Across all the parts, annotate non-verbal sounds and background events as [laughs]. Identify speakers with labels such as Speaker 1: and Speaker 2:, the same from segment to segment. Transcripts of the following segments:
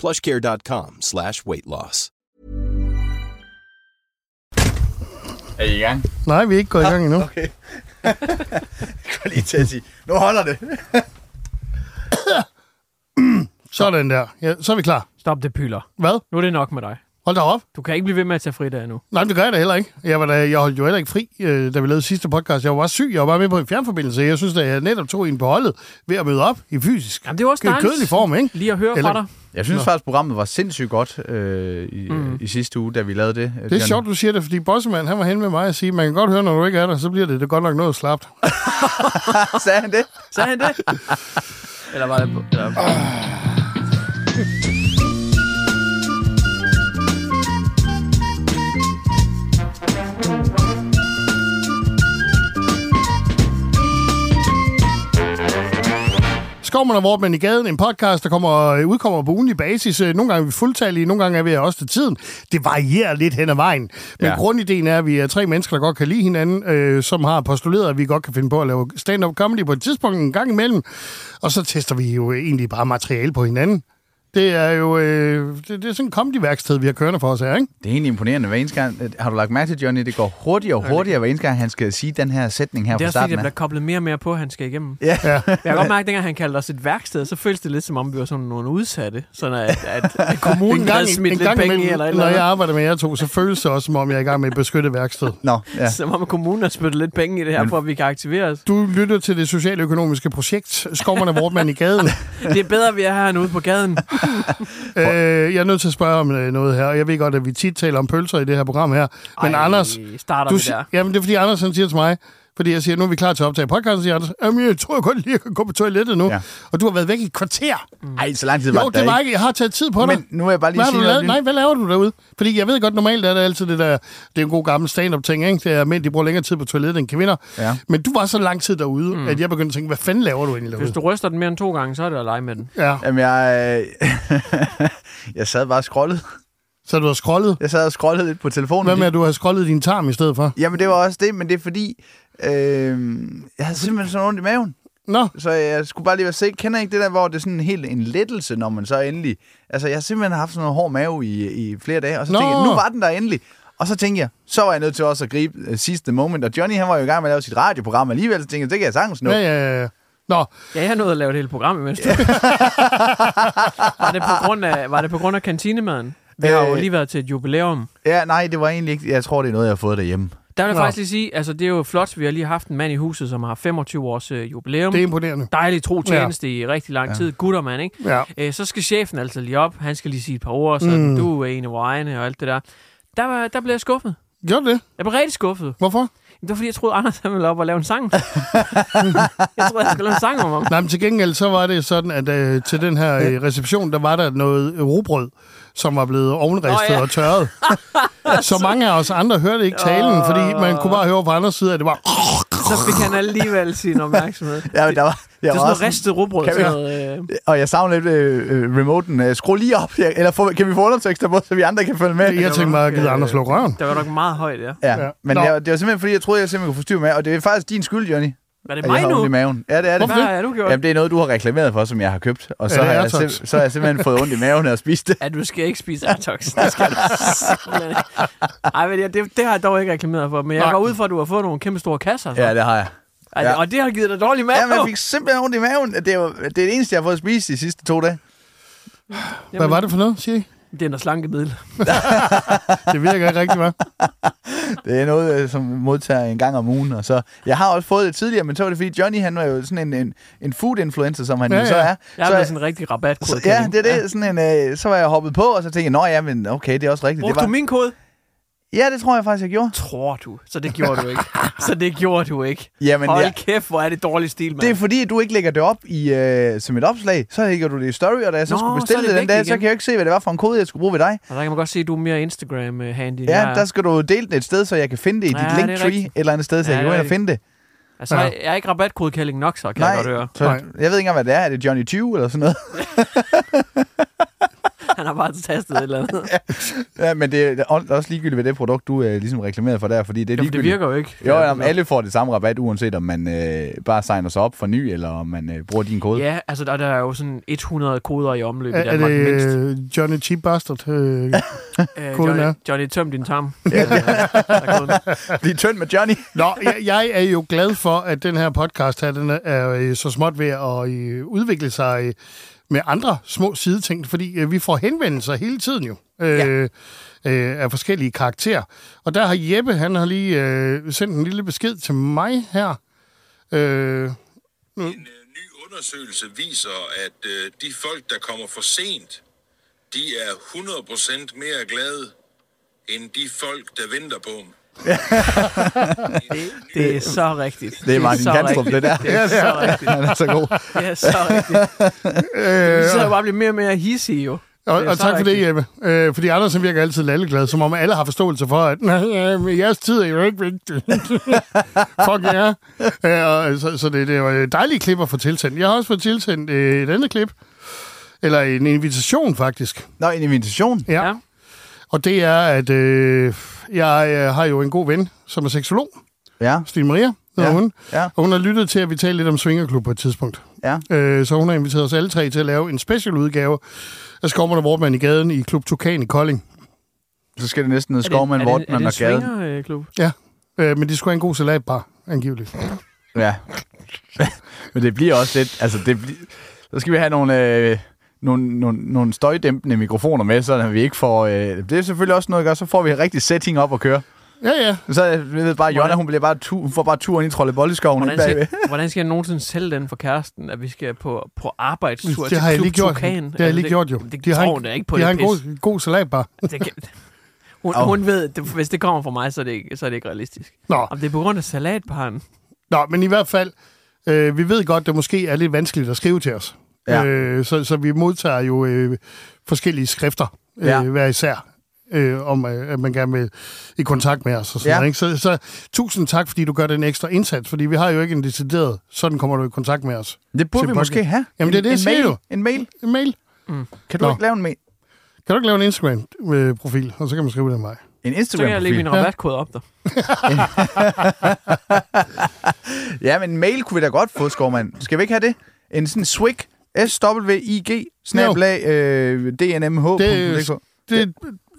Speaker 1: plushcare.com slash weight loss.
Speaker 2: Er I i gang?
Speaker 3: Nej, vi er ikke gået i gang endnu.
Speaker 2: Ah, Okay. [laughs] jeg går lige til at sige, nu holder det.
Speaker 3: [coughs] Sådan der. Ja, så er vi klar.
Speaker 4: Stop det pyler.
Speaker 3: Hvad?
Speaker 4: Nu er det nok med dig.
Speaker 3: Hold da op.
Speaker 4: Du kan ikke blive ved med at tage fridag nu.
Speaker 3: Nej, men det gør jeg da heller ikke. Jeg, var da, jeg holdt jo heller ikke fri, øh, da vi lavede sidste podcast. Jeg var bare syg. Jeg var bare med på en fjernforbindelse. Jeg synes, at jeg netop tog en på holdet ved at møde op i fysisk.
Speaker 4: Jamen, det er jo også
Speaker 3: Kø-
Speaker 4: dejligt.
Speaker 3: Kedelig form, ikke?
Speaker 4: Lige at høre
Speaker 3: Eller-
Speaker 4: fra dig.
Speaker 2: Jeg synes Nå. faktisk, programmet var sindssygt godt øh, i, mm. i sidste uge, da vi lavede det.
Speaker 3: Det er sjovt, du siger det, fordi Bossemand, han var hen med mig og sige, man kan godt høre, når du ikke er der, så bliver det, det godt nok noget slapt.
Speaker 2: Sagde han det?
Speaker 4: Sagde han det? Eller var det på? Eller...
Speaker 3: Skovman og Vortmann i gaden, en podcast, der kommer, øh, udkommer på ugenlig basis. Øh, Nogle gange er vi fuldtallige, nogle gange er vi også til tiden. Det varierer lidt hen ad vejen. Men ja.
Speaker 2: Ja.
Speaker 3: grundideen er, at vi er tre mennesker, der godt kan lide hinanden, øh, som har postuleret, at vi godt kan finde på at lave stand-up comedy på et tidspunkt en gang imellem. Og så tester vi jo egentlig bare materiale på hinanden. Det er jo øh, det, det er sådan et comedy-værksted, vi har kørende for os her, ikke?
Speaker 2: Det er egentlig imponerende hver eneste gang. øh, Har du lagt mærke til, Johnny, det går hurtigere og hurtigere hver eneste gang, han skal sige den her sætning her
Speaker 4: Det er også fordi,
Speaker 2: fra
Speaker 4: det
Speaker 2: starten
Speaker 4: bliver
Speaker 2: af.
Speaker 4: koblet mere og mere på, at han skal igennem.
Speaker 2: Ja.
Speaker 4: Jeg kan godt mærke, at dengang han kaldte os et værksted, så føles det lidt som om, vi var sådan nogle udsatte. Sådan at, at, at
Speaker 3: [laughs]
Speaker 4: kommunen havde smidt lidt penge i, eller et
Speaker 3: når
Speaker 4: eller
Speaker 3: jeg
Speaker 4: andet.
Speaker 3: arbejder med jer to, så føles det også, som om jeg er i gang med et beskyttet værksted.
Speaker 2: Nå, ja.
Speaker 4: Som om at kommunen har spyttet lidt penge i det her, for at vi kan aktivere os.
Speaker 3: Du lytter til det socialøkonomiske projekt Skovman og Vortmann i gaden.
Speaker 4: [laughs] Det er bedre, at vi er her end ude på gaden.
Speaker 3: [laughs] Øh, jeg er nødt til at spørge om øh, noget her, og jeg ved godt, at vi tit taler om pølser i det her program her. Men Ej, Anders,
Speaker 4: starter
Speaker 3: du,
Speaker 4: vi
Speaker 3: si-
Speaker 4: der.
Speaker 3: jamen, det er fordi Anders han siger til mig, fordi jeg siger, nu er vi klar til at optage podcasten, siger Anders, jamen, jeg tror godt lige, jeg kan gå på toilettet nu. Ja.
Speaker 2: Ja.
Speaker 3: Og du har været væk i et kvarter.
Speaker 2: Ej, så lang tid var
Speaker 3: Jo,
Speaker 2: der
Speaker 3: det var ikke. Jeg har taget tid på dig.
Speaker 2: Men nu vil jeg bare lige
Speaker 3: hvad har
Speaker 2: sige
Speaker 3: du
Speaker 2: noget
Speaker 3: lavet?
Speaker 2: nyt.
Speaker 3: Nej, hvad laver du derude? Fordi jeg ved godt, normalt er det altid det der... Det er en god gammel stand-up-ting, ikke? Det er, at mænd de bruger længere tid på toilettet end kvinder.
Speaker 2: Ja.
Speaker 3: Men du var så lang tid derude, mm. at jeg begyndte at tænke, hvad fanden laver du egentlig
Speaker 4: Hvis
Speaker 3: derude?
Speaker 4: du ryster den mere end to gange, så er det at lege med den.
Speaker 3: Ja,
Speaker 2: Jamen, jeg, øh, [laughs] jeg sad bare og scrollede.
Speaker 3: så du har scrollet.
Speaker 2: Jeg sad og scrollede lidt på telefonen.
Speaker 3: Hvad med, at du har scrollet din tarm i stedet for?
Speaker 2: Jamen, det var også det, men det er fordi, øh, jeg havde simpelthen sådan ondt i maven.
Speaker 3: Nå,
Speaker 2: Så jeg skulle bare lige være sikker. Kender I ikke det der, hvor det er sådan helt en lettelse, når man så endelig... Altså, jeg har simpelthen haft sådan noget hård mave i, i flere dage, og så
Speaker 3: Nå.
Speaker 2: tænkte jeg, nu var den der endelig. Og så tænkte jeg, så var jeg nødt til også at gribe øh, sidste moment. Og Johnny, han var jo i gang med at lave sit radioprogram alligevel, så tænkte jeg, det kan jeg sagtens nå.
Speaker 3: ja, ja, ja. øh, Nå,
Speaker 4: Ja, jeg har nået at lave et helt program imens
Speaker 2: [laughs]
Speaker 4: du... var, det på grund af, var det på grund af kantinemaden? Vi har jo
Speaker 2: Øh.
Speaker 4: lige været til et jubilæum.
Speaker 2: Ja, nej, det var egentlig ikke... Jeg tror, det er noget, jeg har fået derhjemme.
Speaker 4: Der vil jeg
Speaker 3: Nå.
Speaker 4: faktisk lige sige, altså det er jo flot, vi har lige haft en mand i huset, som har 25 års øh, jubilæum.
Speaker 3: det er imponerende.
Speaker 4: Dejlig tro tjeneste ja. i rigtig lang tid. Guttermand, ikke?
Speaker 3: Ja.
Speaker 4: Æ, så skal chefen altså lige op. Han skal lige sige et par ord, så mm. du er en af vores egne og alt det der. Der, var, der blev jeg skuffet.
Speaker 3: Gjorde det?
Speaker 4: Jeg blev rigtig skuffet.
Speaker 3: Hvorfor?
Speaker 4: Det var fordi, jeg troede, Anders han ville op og lave en
Speaker 3: [laughs]
Speaker 4: sang. jeg troede, han skulle lave en sang om ham.
Speaker 3: Nej, men til gengæld så var det sådan, at øh, til den her øh, reception, der var der noget robrød, som var blevet ovnristet
Speaker 4: Nå,
Speaker 3: oh, ja.
Speaker 4: ja. [laughs]
Speaker 3: og tørret. Så mange af os andre hørte ikke talen, fordi man kunne bare høre fra andres side, at det var...
Speaker 5: så fik han alligevel sin opmærksomhed.
Speaker 2: Ja, men der var,
Speaker 5: det
Speaker 2: jeg
Speaker 5: er
Speaker 2: var
Speaker 5: sådan noget
Speaker 2: også
Speaker 5: ristet rugbrød.
Speaker 2: Kan vi-
Speaker 5: Sådan noget, øh,
Speaker 2: Og jeg savner lidt øh, øh, remoten. Øh, skru lige op, ja, eller få, kan vi få undertekster på, så vi andre kan følge med?
Speaker 3: Jeg tænkte mig, at gider Anders slå røven.
Speaker 5: der var nok meget højt, ja.
Speaker 2: Ja,
Speaker 3: Ja.
Speaker 2: men
Speaker 3: Nå.
Speaker 2: jeg, det var simpelthen, fordi jeg troede, jeg simpelthen kunne få styr med, og det er faktisk din skyld, Johnny.
Speaker 5: Var det
Speaker 2: at jeg
Speaker 5: mig
Speaker 2: har ondt i
Speaker 5: nu?
Speaker 2: maven. Ja, det er det.
Speaker 5: Hvad har du gjort?
Speaker 2: Jamen, det er noget, du har reklameret for, som jeg har købt, og så,
Speaker 3: Ja, det
Speaker 2: har,
Speaker 3: er
Speaker 2: jeg
Speaker 3: Airtox.
Speaker 2: sim- så har jeg simpelthen fået ondt i maven og spist det.
Speaker 5: Ja, du skal ikke spise Atox. Det skal du simpelthen ikke. Ej, men ja, det, det har jeg dog ikke reklameret for, men jeg
Speaker 3: Nej.
Speaker 5: går ud fra, at du har fået nogle kæmpe store kasser. Så.
Speaker 2: Ja, det har jeg.
Speaker 5: Ej,
Speaker 2: ja.
Speaker 5: Og det har givet dig dårlig mad.
Speaker 2: Ja, men jeg fik simpelthen ondt i maven. Det er, jo, det er det eneste, jeg har fået at spise de sidste to dage.
Speaker 3: Hvad var det for noget, siger I?
Speaker 5: Det er noget
Speaker 2: [laughs]
Speaker 5: slankemiddel.
Speaker 3: Det virker ikke rigtigt, hva'?
Speaker 2: Det er noget, øh, som modtager en gang om ugen. Og så, jeg har også fået det tidligere, men så var det, fordi Johnny, han var jo sådan en, en, en food-influencer, som han
Speaker 3: Ja,
Speaker 2: jo så
Speaker 3: ja.
Speaker 2: er.
Speaker 5: Jeg
Speaker 2: så,
Speaker 5: har sådan en rigtig rabat
Speaker 2: så, ja, det er det. Sådan en, øh, så var jeg hoppet på, og så tænkte jeg, nå ja, men okay, det er også rigtigt. Det
Speaker 5: Brugte du
Speaker 2: var,
Speaker 5: min kode?
Speaker 2: ja, det tror jeg faktisk, jeg gjorde.
Speaker 5: Tror du. Så det gjorde du
Speaker 2: [laughs]
Speaker 5: ikke. Så det gjorde du ikke.
Speaker 2: Jamen,
Speaker 5: Hold
Speaker 2: ja.
Speaker 5: kæft, hvor er det dårlig stil, mand.
Speaker 2: Det er fordi, at du ikke lægger det op i, øh, som et opslag. Så lægger du det i story, og da jeg så
Speaker 5: Nå,
Speaker 2: Nå, skulle
Speaker 5: så er
Speaker 2: bestille
Speaker 5: det væk
Speaker 2: det den dag,
Speaker 5: igen.
Speaker 2: så kan jeg jo ikke se, hvad det var for en kode, jeg skulle bruge ved dig.
Speaker 5: Og der kan man godt se, at du er mere Instagram-handy. end
Speaker 2: Ja,
Speaker 5: jeg er.
Speaker 2: der skal du dele det et sted, så jeg kan finde det i
Speaker 5: Ja,
Speaker 2: dit
Speaker 5: det er
Speaker 2: linktree
Speaker 5: rigtigt.
Speaker 2: et eller andet sted, så
Speaker 5: Ja,
Speaker 2: jeg kan gå
Speaker 5: det er
Speaker 2: ind og finde det.
Speaker 5: Altså,
Speaker 3: Ja.
Speaker 5: jeg, jeg er ikke rabatkodekælling nok, så kan jeg godt [laughs] høre.
Speaker 2: så,
Speaker 3: Nej.
Speaker 2: jeg ved ikke engang, hvad det er. Er det Johnny 20 eller sådan noget?
Speaker 5: Han har bare tastet et eller andet.
Speaker 2: [laughs] ja, men det er også ligegyldigt ved det produkt, du øh, ligesom reklameret for der, fordi det er
Speaker 5: Jamen, det
Speaker 2: ligegyldigt.
Speaker 5: virker jo ikke.
Speaker 2: Jo, ja, om alle får det samme rabat, uanset om man øh, bare signer sig op for ny, eller om man øh, bruger din kode.
Speaker 5: Ja, altså der, der er jo sådan 100 koder i omløb i
Speaker 3: Er, er
Speaker 5: Danmark
Speaker 3: det
Speaker 5: mindst.
Speaker 3: øh, Johnny Cheap Bastard?
Speaker 5: [laughs]
Speaker 3: Øh,
Speaker 5: Øh,
Speaker 3: koden er?
Speaker 5: Johnny, Johnny, tøm din tarm. Øh, [laughs] er koden.
Speaker 2: Bliv tynd med Johnny.
Speaker 3: Nå, jeg, jeg er jo glad for, at den her podcast her, den er øh, så småt ved at øh, udvikle sig øh, med andre små sideting, fordi øh, vi får henvendelser hele tiden jo. Øh, øh, af forskellige karakterer. Og der har Jeppe, han har lige øh, sendt en lille besked til mig her. Øh,
Speaker 6: En øh, ny undersøgelse viser, at øh, de folk, der kommer for sent, de er 100% mere glade end de folk, der venter på dem.
Speaker 5: Det er så rigtigt.
Speaker 2: Det er Martin
Speaker 5: så
Speaker 2: Kanstrup,
Speaker 5: rigtigt.
Speaker 2: det der. [laughs]
Speaker 5: Det er så rigtigt.
Speaker 2: Han er så god.
Speaker 5: Det er så rigtigt. Vi sidder jo bare og bliver mere og mere hissige, jo.
Speaker 3: og,
Speaker 5: Det er
Speaker 3: og
Speaker 5: så
Speaker 3: tak for det,
Speaker 5: rigtigt.
Speaker 3: Jeppe. Øh, fordi Andersen virker altid lalleglad, som om alle har forståelse for, at nej, øh, jeres tid er jo ikke vigtig. [laughs] Fuck ja. Øh, og, så, så det, det var øh, dejlige klip at få tilsendt. Jeg har også fået tilsendt øh, et andet klip. Eller en invitation, faktisk.
Speaker 2: Nå, en invitation.
Speaker 3: Ja.
Speaker 5: Ja.
Speaker 3: ja. Og det er, at øh, jeg øh, har jo en god ven, som er seksolog.
Speaker 2: Ja,
Speaker 3: Stine Maria hedder
Speaker 2: Ja,
Speaker 3: ja. hun.
Speaker 2: ja.
Speaker 3: Og hun har lyttet til, at vi talte lidt om Svingerklub på et tidspunkt.
Speaker 2: ja.
Speaker 3: Øh, så hun har inviteret os alle tre til at lave en specialudgave af Skommerne og Vortmand i gaden i Klub Tukan i Kolding.
Speaker 2: Så skal det næsten hedde
Speaker 5: Er det-
Speaker 2: Skovmand,
Speaker 5: er det-
Speaker 2: Vortmand og
Speaker 5: Er det en
Speaker 2: Gaden.
Speaker 5: svingerklub?
Speaker 3: Ja, øh, men de skulle have en god salatbar, angiveligt.
Speaker 2: Ja. [laughs] Men det bliver også lidt... Altså, det bli... Så skal vi have nogle, øh, nogle, nogle, nogle støjdæmpende mikrofoner med, så vi ikke får... Øh... Det er selvfølgelig også noget at gøre, så får vi rigtig setting op at køre.
Speaker 3: Ja, ja.
Speaker 2: Så øh, jeg ved bare, Jonna, hun, bliver bare tu... hun får bare turen i trollebolleskoven.
Speaker 5: Hvordan
Speaker 2: ikke bagved.
Speaker 5: skal, [laughs] hvordan skal jeg nogensinde sælge den for kæresten, at vi skal på, på arbejdstur
Speaker 3: Det har
Speaker 5: til
Speaker 3: jeg
Speaker 5: Klub
Speaker 3: lige gjort.
Speaker 5: Tukan? Altså,
Speaker 3: Det har jeg lige gjort jo.
Speaker 5: Det, det
Speaker 3: De
Speaker 5: tror
Speaker 3: har en-
Speaker 5: hun da ikke på
Speaker 3: de
Speaker 5: det
Speaker 3: har en
Speaker 5: pis.
Speaker 3: god, god salatbar.
Speaker 5: Det kan... Hun,
Speaker 2: Au.
Speaker 5: oh. hun ved, det, hvis det kommer fra mig, så er det ikke, så er det ikke realistisk.
Speaker 3: Nå.
Speaker 5: Om det er på grund af salatparen.
Speaker 3: Nå, men i hvert fald, øh, vi ved godt, det måske er lidt vanskeligt at skrive til os.
Speaker 2: Ja.
Speaker 3: Ja. Øh, så, så vi modtager jo øh, forskellige skrifter øh,
Speaker 2: Ja.
Speaker 3: ja. hver især, øh, om øh, at man gerne vil i kontakt med os. Og sådan
Speaker 2: Ja.
Speaker 3: ja. noget, ikke? Så, så tusind tak, fordi du gør den ekstra indsats, fordi vi har jo ikke en decideret, sådan kommer du i kontakt med os.
Speaker 2: Det burde
Speaker 3: Til
Speaker 2: vi
Speaker 3: podcast.
Speaker 2: måske have.
Speaker 3: Jamen, det er det,
Speaker 2: en,
Speaker 3: jeg
Speaker 2: en
Speaker 3: siger
Speaker 2: mail.
Speaker 3: jo.
Speaker 2: En mail.
Speaker 3: En mail.
Speaker 2: Mm. Kan du
Speaker 3: Nå.
Speaker 2: ikke lave en mail?
Speaker 3: Kan du ikke lave en Instagram-profil, og så kan man skrive den vej?
Speaker 2: En
Speaker 5: Så kan jeg lægge min
Speaker 2: Instagram-profil?
Speaker 5: rabatkode op der.
Speaker 2: Ja, men en mail kunne vi da godt få, Skovmand. Skal vi ikke have det? En sådan swig, S-W-I-G, snablag, øh, DNMH.
Speaker 3: Det, det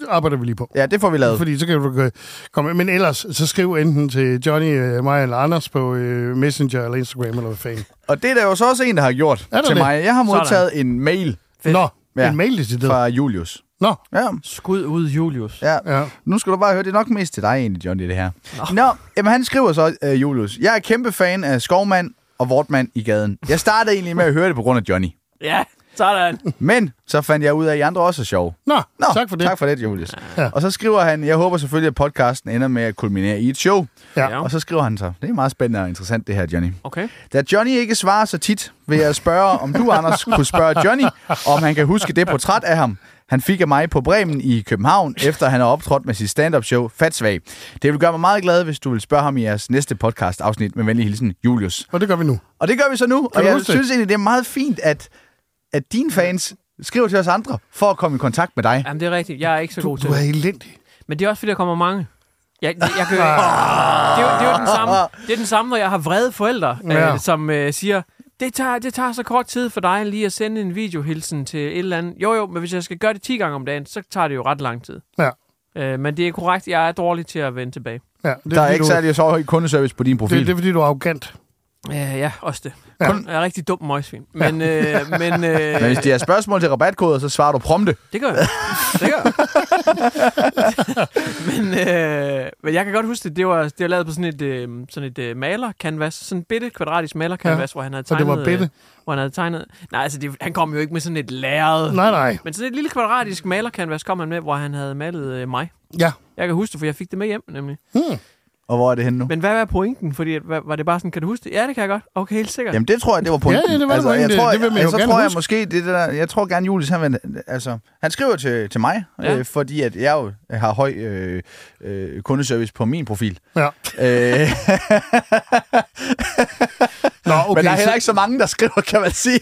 Speaker 3: arbejder vi lige på.
Speaker 2: Ja, det får vi lavet.
Speaker 3: Fordi så kan du øh, komme... Men ellers, så skriv enten til Johnny, øh, mig eller Anders på øh, Messenger eller Instagram eller hvad fanden.
Speaker 2: Og det er der jo så også en, der har gjort
Speaker 3: Er der
Speaker 2: til
Speaker 3: det?
Speaker 2: mig. Jeg har modtaget Sådan. en mail
Speaker 3: Nå,
Speaker 2: Ja.
Speaker 3: ja. en mail decideret.
Speaker 2: fra Julius.
Speaker 3: Nå,
Speaker 2: Ja,
Speaker 5: Skud ud, Julius.
Speaker 2: ja.
Speaker 3: ja.
Speaker 2: Nu skal du bare høre, det er nok mest til dig egentlig, Johnny, det her. Nå, Nå jamen, han skriver så, øh, Julius. Jeg er kæmpe fan af Skovmand og Vortmand i gaden. Jeg startede egentlig med at høre det på grund af Johnny.
Speaker 5: Ja, Sådan.
Speaker 2: Men så fandt jeg ud af, at I andre også er sjove.
Speaker 3: Nå, tak for det.
Speaker 2: Tak for det, Julius.
Speaker 3: Ja.
Speaker 2: Ja. Og så skriver han, jeg håber selvfølgelig, at podcasten ender med at kulminere i et show.
Speaker 3: Ja.
Speaker 2: Og så skriver han så, det er meget spændende og interessant det her, Johnny.
Speaker 5: Okay.
Speaker 2: Da Johnny ikke svarer så tit, vil jeg spørge, om du, Anders, kunne spørge Johnny, om han kan huske det portræt af ham. Han fik af mig på Bremen i København, efter han har optrådt med sit stand-up show Fatsvag. Det vil gøre mig meget glad, hvis du vil spørge ham i jeres næste podcast afsnit med venlig hilsen, Julius.
Speaker 3: Og det gør vi nu.
Speaker 2: Og det gør vi så nu,
Speaker 3: du
Speaker 2: og jeg
Speaker 3: huske det?
Speaker 2: synes egentlig, det er meget fint, at, at dine fans skriver til os andre, for at komme i kontakt med dig.
Speaker 5: Jamen, det er rigtigt. Jeg er ikke så god
Speaker 3: Du
Speaker 5: til
Speaker 3: er
Speaker 5: det.
Speaker 3: elendig.
Speaker 5: Men det er også, fordi der kommer mange. Jeg, jeg, jeg kan,
Speaker 3: Ah.
Speaker 5: det, er jo, det, er jo den samme, det er den samme, når jeg har vrede forældre, ja.
Speaker 3: Ja.
Speaker 5: øh, som øh, siger, det tager, det tager så kort tid for dig lige at sende en videohilsen til et eller andet. Jo, jo, men hvis jeg skal gøre det 10 gange om dagen, så tager det jo ret lang tid.
Speaker 3: Ja.
Speaker 5: Øh, men det er korrekt, jeg er dårlig til at vende tilbage.
Speaker 3: ja det
Speaker 2: Der er
Speaker 3: fordi,
Speaker 2: ikke
Speaker 3: du,
Speaker 2: særlig så høj kundeservice på din profil.
Speaker 3: det, det er, fordi du er arrogant.
Speaker 5: Øh, ja, også det.
Speaker 3: Ja.
Speaker 5: Kun, jeg er rigtig dum møgsvin. Men, øh, men, øh,
Speaker 2: Men hvis de har spørgsmål til rabatkoder, så svarer du prompte.
Speaker 5: Det gør jeg. Det gør
Speaker 3: [laughs]
Speaker 5: jeg. men, øh, men jeg kan godt huske det. Det var, det var lavet på sådan et, øh, sådan et øh, malerkanvas. Sådan et bitte kvadratisk malerkanvas, ja. hvor han havde
Speaker 3: Og
Speaker 5: tegnet...
Speaker 3: det var bitte?
Speaker 5: Øh, hvor han havde tegnet... Nej, altså det, han kom jo ikke med sådan et lærred.
Speaker 3: Nej, nej.
Speaker 5: Men sådan et lille kvadratisk malerkanvas kom han med, hvor han havde malet øh, mig.
Speaker 3: Ja.
Speaker 5: Jeg kan huske det, for jeg fik det med hjem, nemlig.
Speaker 2: Og hvor er det henne nu?
Speaker 5: Men hvad var pointen? Fordi, at, hvad, var det bare sådan, kan du huske det? Ja, det kan jeg godt. Okay, helt sikkert.
Speaker 2: Jamen, det tror jeg, det var pointen.
Speaker 3: Ja, ja, det var
Speaker 2: altså,
Speaker 3: pointen.
Speaker 2: Jeg tror,
Speaker 3: Det vil man
Speaker 2: jeg,
Speaker 3: jo
Speaker 2: så
Speaker 3: gerne
Speaker 2: tror jeg
Speaker 3: huske.
Speaker 2: måske, det der, jeg tror gerne, Julius, han, vil- altså, han skriver til, til mig,
Speaker 5: Ja.
Speaker 2: ja. øh, fordi at jeg jo har høj øh, øh, kundeservice på min profil.
Speaker 3: Ja.
Speaker 2: Øh, okay,
Speaker 3: Nå, [laughs] okay.
Speaker 2: men der er
Speaker 3: så-
Speaker 2: heller ikke så mange, der skriver, kan man sige.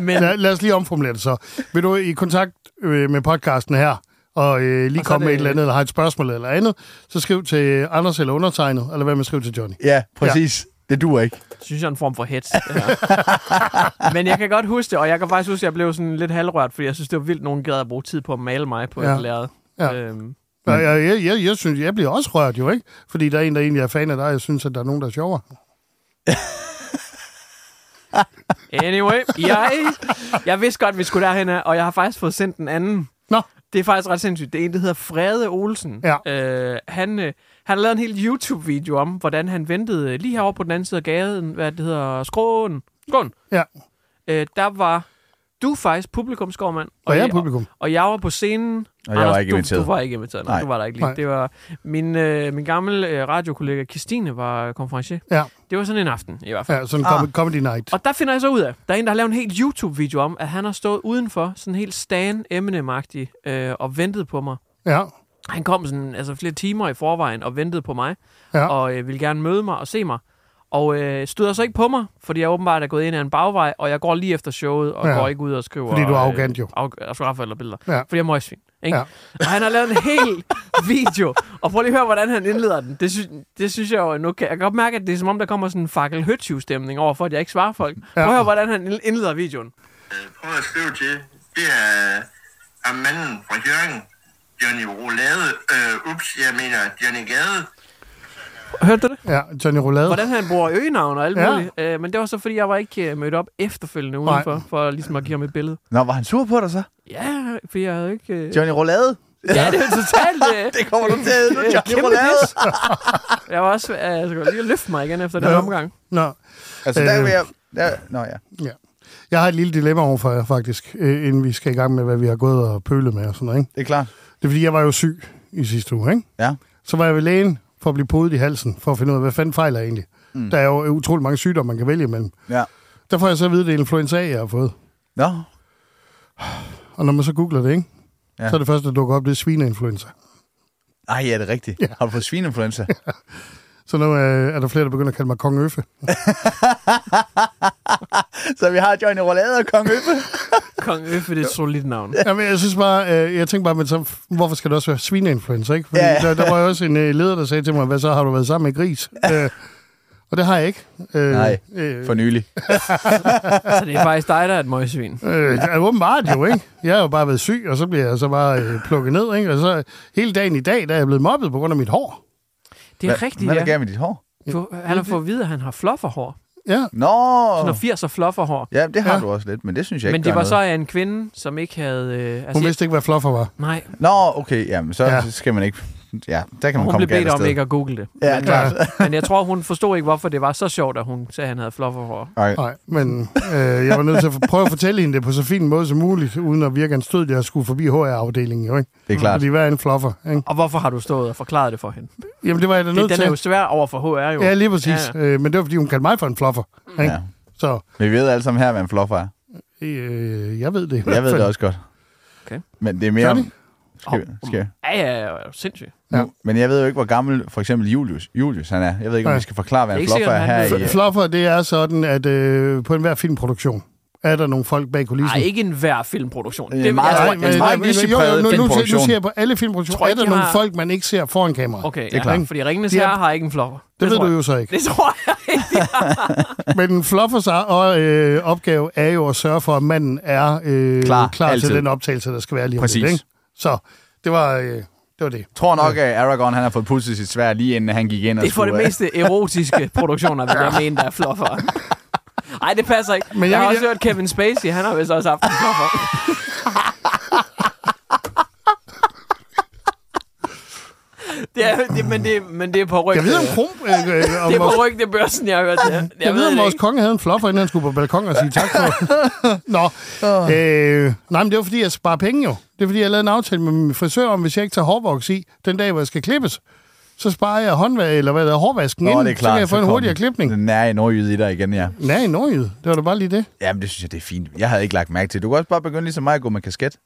Speaker 5: men,
Speaker 3: Lad, lad os lige omformulere det så. Vil du i kontakt øh, med podcasten her, og øh, lige
Speaker 5: Og så
Speaker 3: komme
Speaker 5: er
Speaker 3: med et
Speaker 5: det-
Speaker 3: eller andet, eller har et spørgsmål eller andet, så skriv til Anders eller undertegnet, eller hvad man skriver til Johnny.
Speaker 2: [laughs] ja, præcis. Det duer ikke.
Speaker 5: synes jeg er en form for hets. det her. [laughs] Men jeg kan godt huske det, og jeg kan faktisk huske, at jeg blev sådan lidt halvrørt, fordi jeg synes, det var vildt, nogen gad at bruge tid på at male mig på
Speaker 3: Ja.
Speaker 5: et lærred.
Speaker 3: Ja.
Speaker 5: Øhm,
Speaker 3: Jeg, jeg, jeg, jeg, jeg synes, jeg bliver også rørt jo, ikke? Fordi der er en, der egentlig er fan af dig, og jeg synes, at der er nogen, der er sjovere.
Speaker 5: anyway, jeg, jeg vidste godt, vi skulle derhen af, og jeg har faktisk fået sendt den anden.
Speaker 3: Nå,
Speaker 5: Det er faktisk ret sindssygt. Det er en, der hedder Frede Olsen.
Speaker 3: Ja.
Speaker 5: Øh, han, øh, han har lavet en hel YouTube-video om, hvordan han ventede øh, lige herovre på den anden side af gaden, hvad det hedder, Skråen. Skåen.
Speaker 3: ja.
Speaker 5: Øh, der var du faktisk publikumskovmand.
Speaker 3: Og jeg er publikum.
Speaker 5: Og jeg var på scenen.
Speaker 2: Og jeg var ikke inviteret.
Speaker 5: Du, du var ikke inviteret. Nej.
Speaker 2: Nej.
Speaker 5: Du var der ikke lige.
Speaker 3: Nej.
Speaker 5: Det var min, øh, min gamle øh, radiokollega Christine var øh, konferencier.
Speaker 3: Ja,
Speaker 5: Det var sådan en aften i hvert fald. Ja.
Speaker 3: ja sådan ah. comedy night.
Speaker 5: Og der finder jeg så ud af, der er en, der har lavet en helt YouTube-video om, at han har stået udenfor, sådan helt Stan eminem øh, og ventet på mig.
Speaker 3: Ja,
Speaker 5: Han kom sådan altså, flere timer i forvejen og ventede på mig,
Speaker 3: ja.
Speaker 5: og øh, ville gerne møde mig og se mig. Og øh, støder så ikke på mig, fordi jeg åbenbart er gået ind ad en bagvej, og jeg går lige efter showet, og
Speaker 3: Ja.
Speaker 5: ja. går ikke ud og skriver...
Speaker 3: Fordi du er arrogant, jo.
Speaker 5: Øh, af, autografer eller billeder.
Speaker 3: Ja.
Speaker 5: Ja. Fordi jeg er møgsvin. Ikke?
Speaker 3: Ja.
Speaker 5: Ja. Og han har lavet en hel video. Og prøv lige at høre, hvordan han indleder den. Det, sy- det synes jeg jo nu kan. Jeg kan godt mærke, at det er som om, der kommer sådan en fakkel stemning over, for at jeg ikke svarer folk. Prøv at høre, hvordan han indleder videoen.
Speaker 6: Prøv at skrive til. Det er ham manden fra Jørgen. Johnny Rolade. Øh, ups, jeg mener Johnny Gade.
Speaker 5: Hørte du det?
Speaker 3: ja. Johnny Roulade.
Speaker 5: Hvordan han bruger øgenavn og alt
Speaker 3: Ja.
Speaker 5: ja. muligt. Øh, men det var så, fordi jeg var ikke øh, mødt op efterfølgende
Speaker 3: Nej.
Speaker 5: udenfor, for ligesom at give ham et billede.
Speaker 2: Nå, var han sur på dig så?
Speaker 5: Ja, for jeg havde ikke... Øh...
Speaker 2: Johnny Roulade?
Speaker 5: [laughs] Ja, det er jo
Speaker 2: [laughs]
Speaker 5: totalt... Øh...
Speaker 2: Det kommer du til at hedde nu, Johnny
Speaker 5: Kæmpe
Speaker 2: Roulade.
Speaker 5: pis. Jeg var også... Øh, jeg skulle lige løfte mig igen efter den
Speaker 3: Ja.
Speaker 5: omgang.
Speaker 3: Nå.
Speaker 2: Altså, der
Speaker 3: Øh.
Speaker 2: vil jeg... Der, nå ja.
Speaker 3: Ja. Jeg har et lille dilemma overfor jer, faktisk, øh, inden vi skal i gang med, hvad vi har gået og pølet med og sådan noget, ikke?
Speaker 2: Det er klart.
Speaker 3: Det er fordi, jeg var jo syg i sidste uge, ikke?
Speaker 2: Ja.
Speaker 3: Så var jeg ved lægen for at blive podet i halsen, for at finde ud af, hvad fanden fejler jeg egentlig. Mm. Der er jo utrolig mange sygdomme, man kan vælge imellem.
Speaker 2: ja.
Speaker 3: Der får jeg så at vide, at det er influenza A, jeg har fået.
Speaker 2: Nå.
Speaker 3: Og når man så googler det, ikke? Ja.
Speaker 2: Ja.
Speaker 3: så er det første, der dukker op, det er svineinfluenza.
Speaker 2: Ej, ja, det er rigtigt. Har du fået svineinfluenza? [laughs]
Speaker 3: Så nu øh, er der flere, der begynder at kalde mig Kong Øffe.
Speaker 2: så vi har Johnny Roulade og Kong Øffe.
Speaker 5: Kong Øffe, det er et solidt navn.
Speaker 3: Jamen, jeg synes bare, øh, jeg tænkte bare, men så, hvorfor skal det også være svineinfluenza, ikke? Fordi ja.
Speaker 2: Ja.
Speaker 3: der, der, var jo også en øh, leder, der sagde til mig, hvad så har du været sammen med gris? øh, og det har jeg ikke. Øh,
Speaker 2: Nej,
Speaker 3: Øh,
Speaker 2: for nylig.
Speaker 5: Så Altså, det er faktisk dig, der er et møgsvin.
Speaker 3: Øh, ja, åbenbart jo, ikke? Jeg har jo bare været syg, og så bliver jeg så bare øh, plukket ned, ikke? Og så hele dagen i dag, der er jeg blevet mobbet på grund af mit hår.
Speaker 5: Det er rigtigt,
Speaker 2: Hvad er
Speaker 5: ja.
Speaker 2: der gav med dit hår?
Speaker 5: Du, han har fået at vide, at han har flufferhår.
Speaker 3: Ja,
Speaker 2: Nå!
Speaker 5: Sådan noget 80'er flufferhår.
Speaker 2: Ja, det har
Speaker 3: Ja.
Speaker 2: ja. du også lidt, men det synes jeg ikke
Speaker 5: Men det
Speaker 2: gør
Speaker 5: var så
Speaker 2: noget.
Speaker 5: af en kvinde, som ikke havde... Øh,
Speaker 3: hun vidste ikke, hvad fluffer var.
Speaker 5: Nej,
Speaker 2: Nå, okay, jamen, så
Speaker 3: Ja.
Speaker 2: ja. skal man ikke ja, der kan man
Speaker 5: hun
Speaker 2: komme
Speaker 5: blev bedt
Speaker 2: galt
Speaker 5: om
Speaker 2: afsted.
Speaker 5: ikke at google det.
Speaker 2: Ja,
Speaker 5: men,
Speaker 2: klart.
Speaker 5: men jeg tror, hun forstod ikke, hvorfor det var så sjovt, at hun sagde, at han havde flufferhår.
Speaker 2: Nej.
Speaker 3: Nej, men øh, jeg var nødt til at prøve at fortælle hende det på så fin en måde som muligt, uden at virke en stød, jeg skulle forbi HR-afdelingen, jo ikke?
Speaker 2: Det er klart.
Speaker 3: Fordi hver en fluffer, ikke?
Speaker 5: Og hvorfor har du stået og forklaret det for hende?
Speaker 3: Jamen, det var jeg da
Speaker 5: Det, den
Speaker 3: nødt
Speaker 5: er jo
Speaker 3: til.
Speaker 5: svær over for HR, jo.
Speaker 3: Ja, lige præcis.
Speaker 5: Ja, Mm.
Speaker 3: Ja, ja. Øh, men det var, fordi hun kaldte mig for en fluffer, ikke?
Speaker 2: Ja.
Speaker 3: Ja. Så
Speaker 2: Men vi ved alle sammen her, hvad en fluffer er.
Speaker 3: øh, jeg ved det. i hvert
Speaker 2: Jeg ved
Speaker 3: fald.
Speaker 2: det også godt.
Speaker 5: Okay.
Speaker 2: Men det er mere...
Speaker 3: Johnny?
Speaker 2: Skal, vi- skal,
Speaker 5: ja, ja, ja, ja sindssygt.
Speaker 2: ja. Men jeg ved jo ikke, hvor gammel for eksempel Julius, Julius han er. Jeg ved ikke, om
Speaker 3: Nej.
Speaker 2: vi skal forklare, hvad
Speaker 5: Det er
Speaker 2: en
Speaker 5: ikke
Speaker 2: fluffer
Speaker 5: sikkert,
Speaker 2: er her
Speaker 5: han ved
Speaker 2: i...
Speaker 5: det.
Speaker 3: Fluffer, det er sådan, at øh, på enhver filmproduktion er der nogle folk bag kulissen.
Speaker 5: Nej, ikke enhver filmproduktion.
Speaker 2: Det er
Speaker 5: Det,
Speaker 2: meget-
Speaker 5: jeg tror,
Speaker 2: Nej,
Speaker 5: jeg,
Speaker 2: men-
Speaker 5: tror
Speaker 2: meget
Speaker 5: ikke,
Speaker 2: niche-
Speaker 3: jo, jo,
Speaker 2: nichepræget
Speaker 3: nu, nu, nu,
Speaker 2: filmproduktion.
Speaker 3: nu ser jeg på alle
Speaker 5: Tror
Speaker 3: filmproduktioner,
Speaker 5: ikke,
Speaker 3: er der
Speaker 5: de
Speaker 3: nogle
Speaker 5: har-
Speaker 3: folk, man ikke ser foran kamera.
Speaker 5: Okay,
Speaker 2: er
Speaker 5: ja,
Speaker 2: klart.
Speaker 5: fordi Ringenes
Speaker 3: De har-
Speaker 5: Herre har ikke en flopper. Det,
Speaker 3: Det ved
Speaker 5: tror
Speaker 3: du
Speaker 5: jeg.
Speaker 3: jo så ikke.
Speaker 5: Det tror jeg ikke.
Speaker 3: Men en fluffers og, øh, opgave er jo at sørge for, at manden er øh,
Speaker 2: Klar,
Speaker 3: klar, klar
Speaker 2: altid.
Speaker 3: til den optagelse, der skal være lige om
Speaker 2: Præcis.
Speaker 3: lidt. Ikke? Så det var, øh, det var det.
Speaker 2: tror nok, at Aragorn han har fået pudset sit svær lige inden han gik ind og
Speaker 5: Det er for det
Speaker 2: skulle, øh,
Speaker 5: meste erotiske produktioner, vil jeg mene, der er flopper. Nej, det passer ikke. Men jeg,
Speaker 3: jeg
Speaker 5: jeg har
Speaker 3: vil-
Speaker 5: også hørt Kevin Spacey, han har vist også haft en flopper. [laughs] det er, det, men, det, men det er på ryg.
Speaker 3: Jeg ved om Krum... Øh, øh,
Speaker 5: [laughs]
Speaker 3: om
Speaker 5: det er
Speaker 3: vores,
Speaker 5: på ryg, det er børsen, jeg har hørt. Jeg,
Speaker 3: jeg, jeg ved, om
Speaker 5: det
Speaker 3: vores
Speaker 5: ikke.
Speaker 3: konge havde en fluffer, inden han skulle på balkon og sige tak for. [laughs] Nå, øh, nej, men det var, fordi jeg sparer penge jo. Det er, fordi jeg lavede en aftale med min frisør om, hvis jeg ikke tager hårvoks i, den dag, hvor jeg skal klippes, så sparer jeg håndvag, eller hvad der er, hårvasken
Speaker 2: Nå,
Speaker 3: inden,
Speaker 2: det er klart.
Speaker 3: så kan jeg få en
Speaker 2: kom
Speaker 3: hurtigere
Speaker 2: den-
Speaker 3: klipning.
Speaker 2: Den er i nordjyde i dig igen, ja.
Speaker 3: Nej, i Norge. Det var da bare lige det.
Speaker 2: Jamen, det synes jeg, det er fint. Jeg havde ikke lagt mærke til det. Du kan også bare begynde ligesom mig at gå med kasket.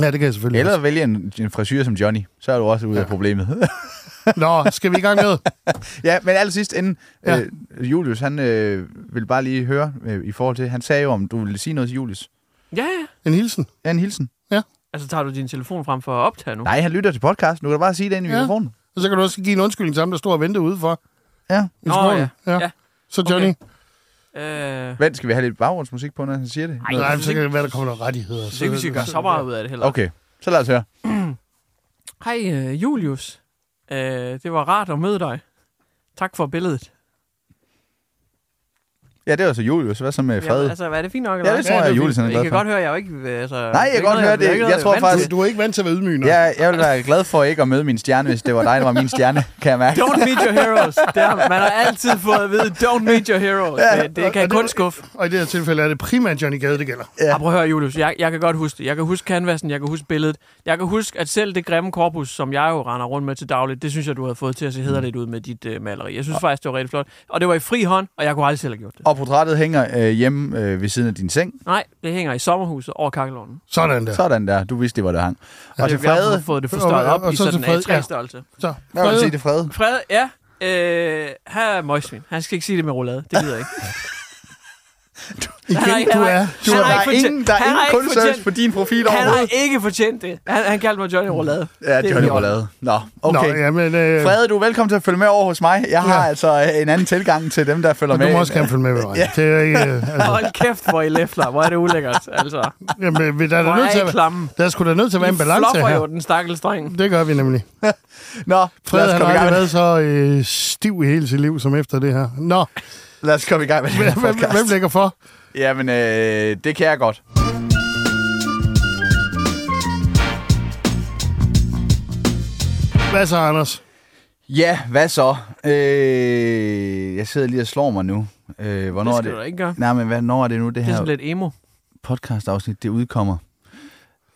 Speaker 3: Ja, det kan jeg selvfølgelig
Speaker 2: Eller vælge en, en frisyr som Johnny. Så er du også ude ja. af problemet. [laughs]
Speaker 3: Nå, skal vi i gang med?
Speaker 2: ja, men allersidst inden ja.
Speaker 3: Ja.
Speaker 2: øh, Julius, han øh, vil bare lige høre øh, i forhold til... Han sagde jo, om du ville sige noget til Julius.
Speaker 5: Ja, ja.
Speaker 3: En hilsen.
Speaker 2: Ja, en hilsen.
Speaker 5: Altså, tager du din telefon frem for at optage nu?
Speaker 2: Nej, han lytter til podcast. Nu kan du bare sige det ind i ja.
Speaker 3: Ja.
Speaker 2: mikrofonen.
Speaker 3: Og så kan du også give en undskyldning til ham, der står og venter udefor.
Speaker 2: Ja.
Speaker 3: I skoven.
Speaker 5: ja.
Speaker 3: ja.
Speaker 5: ja.
Speaker 3: Så Johnny, okay.
Speaker 5: Øh,
Speaker 2: Vent, skal vi have lidt baggrundsmusik på, når han siger det?
Speaker 5: jeg
Speaker 3: nej,
Speaker 5: synes
Speaker 3: så kan
Speaker 5: ikke-
Speaker 3: det være, der kommer nogle rettigheder.
Speaker 5: så kan vi gøre så meget ud af det heller.
Speaker 2: Okay, så lad os høre.
Speaker 5: Hej øh, Julius. Øh, det var rart at møde dig. Tak for billedet.
Speaker 2: Ja, det var så Julius. Hvad så med Frede?
Speaker 5: Ja,
Speaker 2: Ja,
Speaker 5: altså, var det fint nok?
Speaker 2: det tror jeg,
Speaker 3: fint.
Speaker 2: Julius han er
Speaker 5: jeg. I
Speaker 2: glad
Speaker 5: kan
Speaker 2: for.
Speaker 5: godt høre, jeg er jo ikke... Altså, Nej,
Speaker 2: jeg kan godt høre det. Jeg tror faktisk-
Speaker 3: Du, du er ikke vant til at være ydmyg, nej.
Speaker 2: Ja, jeg ville være glad for ikke at møde min stjerne, hvis det var dig, der var min stjerne, kan jeg mærke.
Speaker 5: Don't meet your heroes. Det har, man har altid fået at vide, don't meet your heroes. Ja, det, det kan
Speaker 3: og det-
Speaker 5: kun skuffe.
Speaker 3: Og i det her tilfælde er det primært Johnny Gade, det gælder.
Speaker 5: Ja. Ah, prøv at høre, Julius. Jeg, jeg kan godt huske det. Jeg kan huske canvasen, jeg kan huske billedet. Jeg kan huske, at selv det grimme korpus, som jeg jo render rundt med til dagligt, det synes jeg, du havde fået til at se hederligt
Speaker 2: Mm.
Speaker 5: ud med dit øh, maleri. Jeg synes faktisk, det var rigtig flot. Og det var i fri hånd, og jeg kunne aldrig selv have gjort det.
Speaker 2: Og portrættet hænger øh, hjemme øh, ved siden af din seng.
Speaker 5: Nej, det hænger i sommerhuset over kakkelovnen.
Speaker 3: Sådan der. Så,
Speaker 2: Sådan der. Du vidste, det var det hang. Og til
Speaker 5: Det- jeg har
Speaker 2: Frede...
Speaker 5: fået det forstørret
Speaker 3: Og-
Speaker 5: op
Speaker 3: og- og
Speaker 5: i
Speaker 3: så til
Speaker 5: sådan en
Speaker 3: Frede, ja.
Speaker 5: A3-størrelse.
Speaker 3: så.
Speaker 2: Hvad vil du sige til Frede?
Speaker 5: Frede, ja. Øh, her er Møgsvin. Han skal ikke sige det med roulade. Det gider jeg
Speaker 2: [laughs]
Speaker 5: ikke. Han har ikke-
Speaker 3: Igen, du
Speaker 5: han har
Speaker 3: er...
Speaker 5: ikke-
Speaker 2: Du,
Speaker 5: han
Speaker 2: der
Speaker 5: har
Speaker 2: er
Speaker 5: ikke fortjent-
Speaker 2: ingen, der er
Speaker 5: han har
Speaker 2: ingen
Speaker 5: ikke
Speaker 2: kundeservice
Speaker 5: fortjent-
Speaker 2: på din profil
Speaker 5: Han har
Speaker 2: overhovedet.
Speaker 5: ikke fortjent det. Han, han kaldte mig Johnny Roulade. Det er
Speaker 2: Ja, Johnny
Speaker 5: lige over.
Speaker 2: Roulade. Nå,
Speaker 3: Okay.
Speaker 2: okay.
Speaker 3: Nå, jamen, øh,
Speaker 2: Frede, du er velkommen til at følge med over hos mig. Jeg har
Speaker 3: Ja.
Speaker 2: altså øh, en anden tilgang til dem, der følger
Speaker 3: men
Speaker 2: med.
Speaker 3: du må også gerne følge med med mig. Det er ikke...
Speaker 2: [laughs]
Speaker 3: øh, Altså,
Speaker 5: Hold kæft, hvor I læfler. Hvor er det
Speaker 3: [laughs]
Speaker 5: ulækkert, altså.
Speaker 3: jamen, vi- der er
Speaker 5: Hvor
Speaker 3: da nødt til
Speaker 5: er I
Speaker 3: at,
Speaker 5: klamme.
Speaker 3: der er sgu da nødt til at være en balance
Speaker 5: flopper jo
Speaker 3: her.
Speaker 5: den stakkels dreng.
Speaker 3: Det gør vi nemlig.
Speaker 2: Nå, lad
Speaker 3: Frede
Speaker 2: os
Speaker 3: han
Speaker 2: komme i
Speaker 3: har
Speaker 2: gang
Speaker 3: aldrig
Speaker 2: med
Speaker 3: været så øh, stiv i hele sit liv som efter det her. Nå,
Speaker 2: Lad os komme i gang med den her
Speaker 3: hvem, hvem- hvem
Speaker 2: podcast.
Speaker 3: lægger for?
Speaker 2: Jamen, øh, det kan jeg godt.
Speaker 3: Hvad så, Anders?
Speaker 2: Ja, hvad så? Øh, jeg sidder lige og slår mig nu. Øh, hvornår
Speaker 5: Det skal
Speaker 2: er
Speaker 5: du
Speaker 2: det?
Speaker 5: da ikke gøre.
Speaker 2: Nej, men hvornår er det nu, det,
Speaker 5: Det er
Speaker 2: her
Speaker 5: sådan lidt emo.
Speaker 2: podcast-afsnit, det udkommer?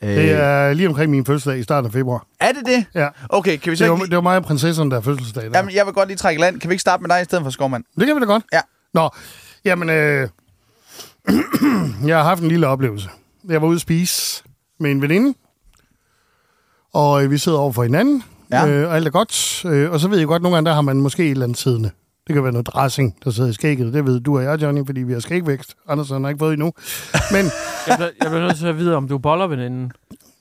Speaker 2: Øh,
Speaker 3: Det er lige omkring min fødselsdag i starten af februar.
Speaker 2: er det det?
Speaker 3: Ja.
Speaker 2: Okay, kan vi så
Speaker 3: Det var,
Speaker 2: ikke...
Speaker 3: det var mig og prinsesserne, der er fødselsdag. Der.
Speaker 2: Jamen, jeg vil godt lige trække land. Kan vi ikke starte med dig i stedet for Skovmand?
Speaker 3: Det kan vi da godt.
Speaker 2: Ja.
Speaker 3: Nå, jamen, øh, [clears throat] jeg har haft en lille oplevelse. Jeg var ude at spise med en veninde, og øh, vi sidder over for hinanden,
Speaker 2: Ja.
Speaker 3: øh, og alt er godt. Øh, og så ved jeg godt, nogle gange der har man måske et eller andet siddende. Det kan være noget dressing, der sidder i skægget. Det ved du og jeg, Johnny, fordi vi har skægvækst. Andersen har ikke fået endnu. Men [laughs]
Speaker 5: Jeg bliver, jeg bliver nødt til at vide, om du boller veninden.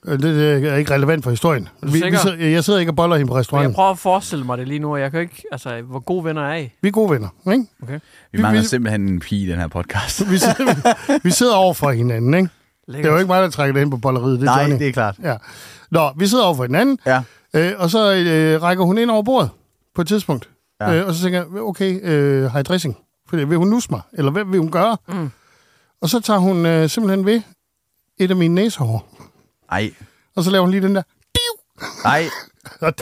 Speaker 3: øh, det, det er ikke relevant for historien. Vi, vi,
Speaker 5: sikker?
Speaker 3: sidder- jeg sidder ikke og boller hende på
Speaker 5: Men jeg
Speaker 3: restauranten.
Speaker 5: prøver at forestille mig det lige nu, og jeg kan ikke... Altså, hvor gode venner er I?
Speaker 3: Vi er gode venner, ikke?
Speaker 2: Vi mangler
Speaker 3: vi-
Speaker 2: simpelthen en pige i den her podcast.
Speaker 3: Vi sidder, [laughs] vi sidder over for hinanden, ikke? Det er jo ikke mig, der trækker det ind på bolleriet. Det
Speaker 2: [laughs]
Speaker 3: er
Speaker 2: Nej,
Speaker 3: Johnny.
Speaker 2: det er klart.
Speaker 3: Ja. Nå, vi sidder over for hinanden,
Speaker 2: Ja.
Speaker 3: øh, og så øh, rækker hun ind over bordet på et tidspunkt. Ja. Øh, og så tænker jeg, okay, øh, har jeg dressing? For vil hun nusse mig? Eller hvad vil hun gøre? Mm. Og så tager hun øh, simpelthen ved et af mine næsehår.
Speaker 2: Ej.
Speaker 3: Og så laver hun lige den der...
Speaker 2: Nej.
Speaker 3: Og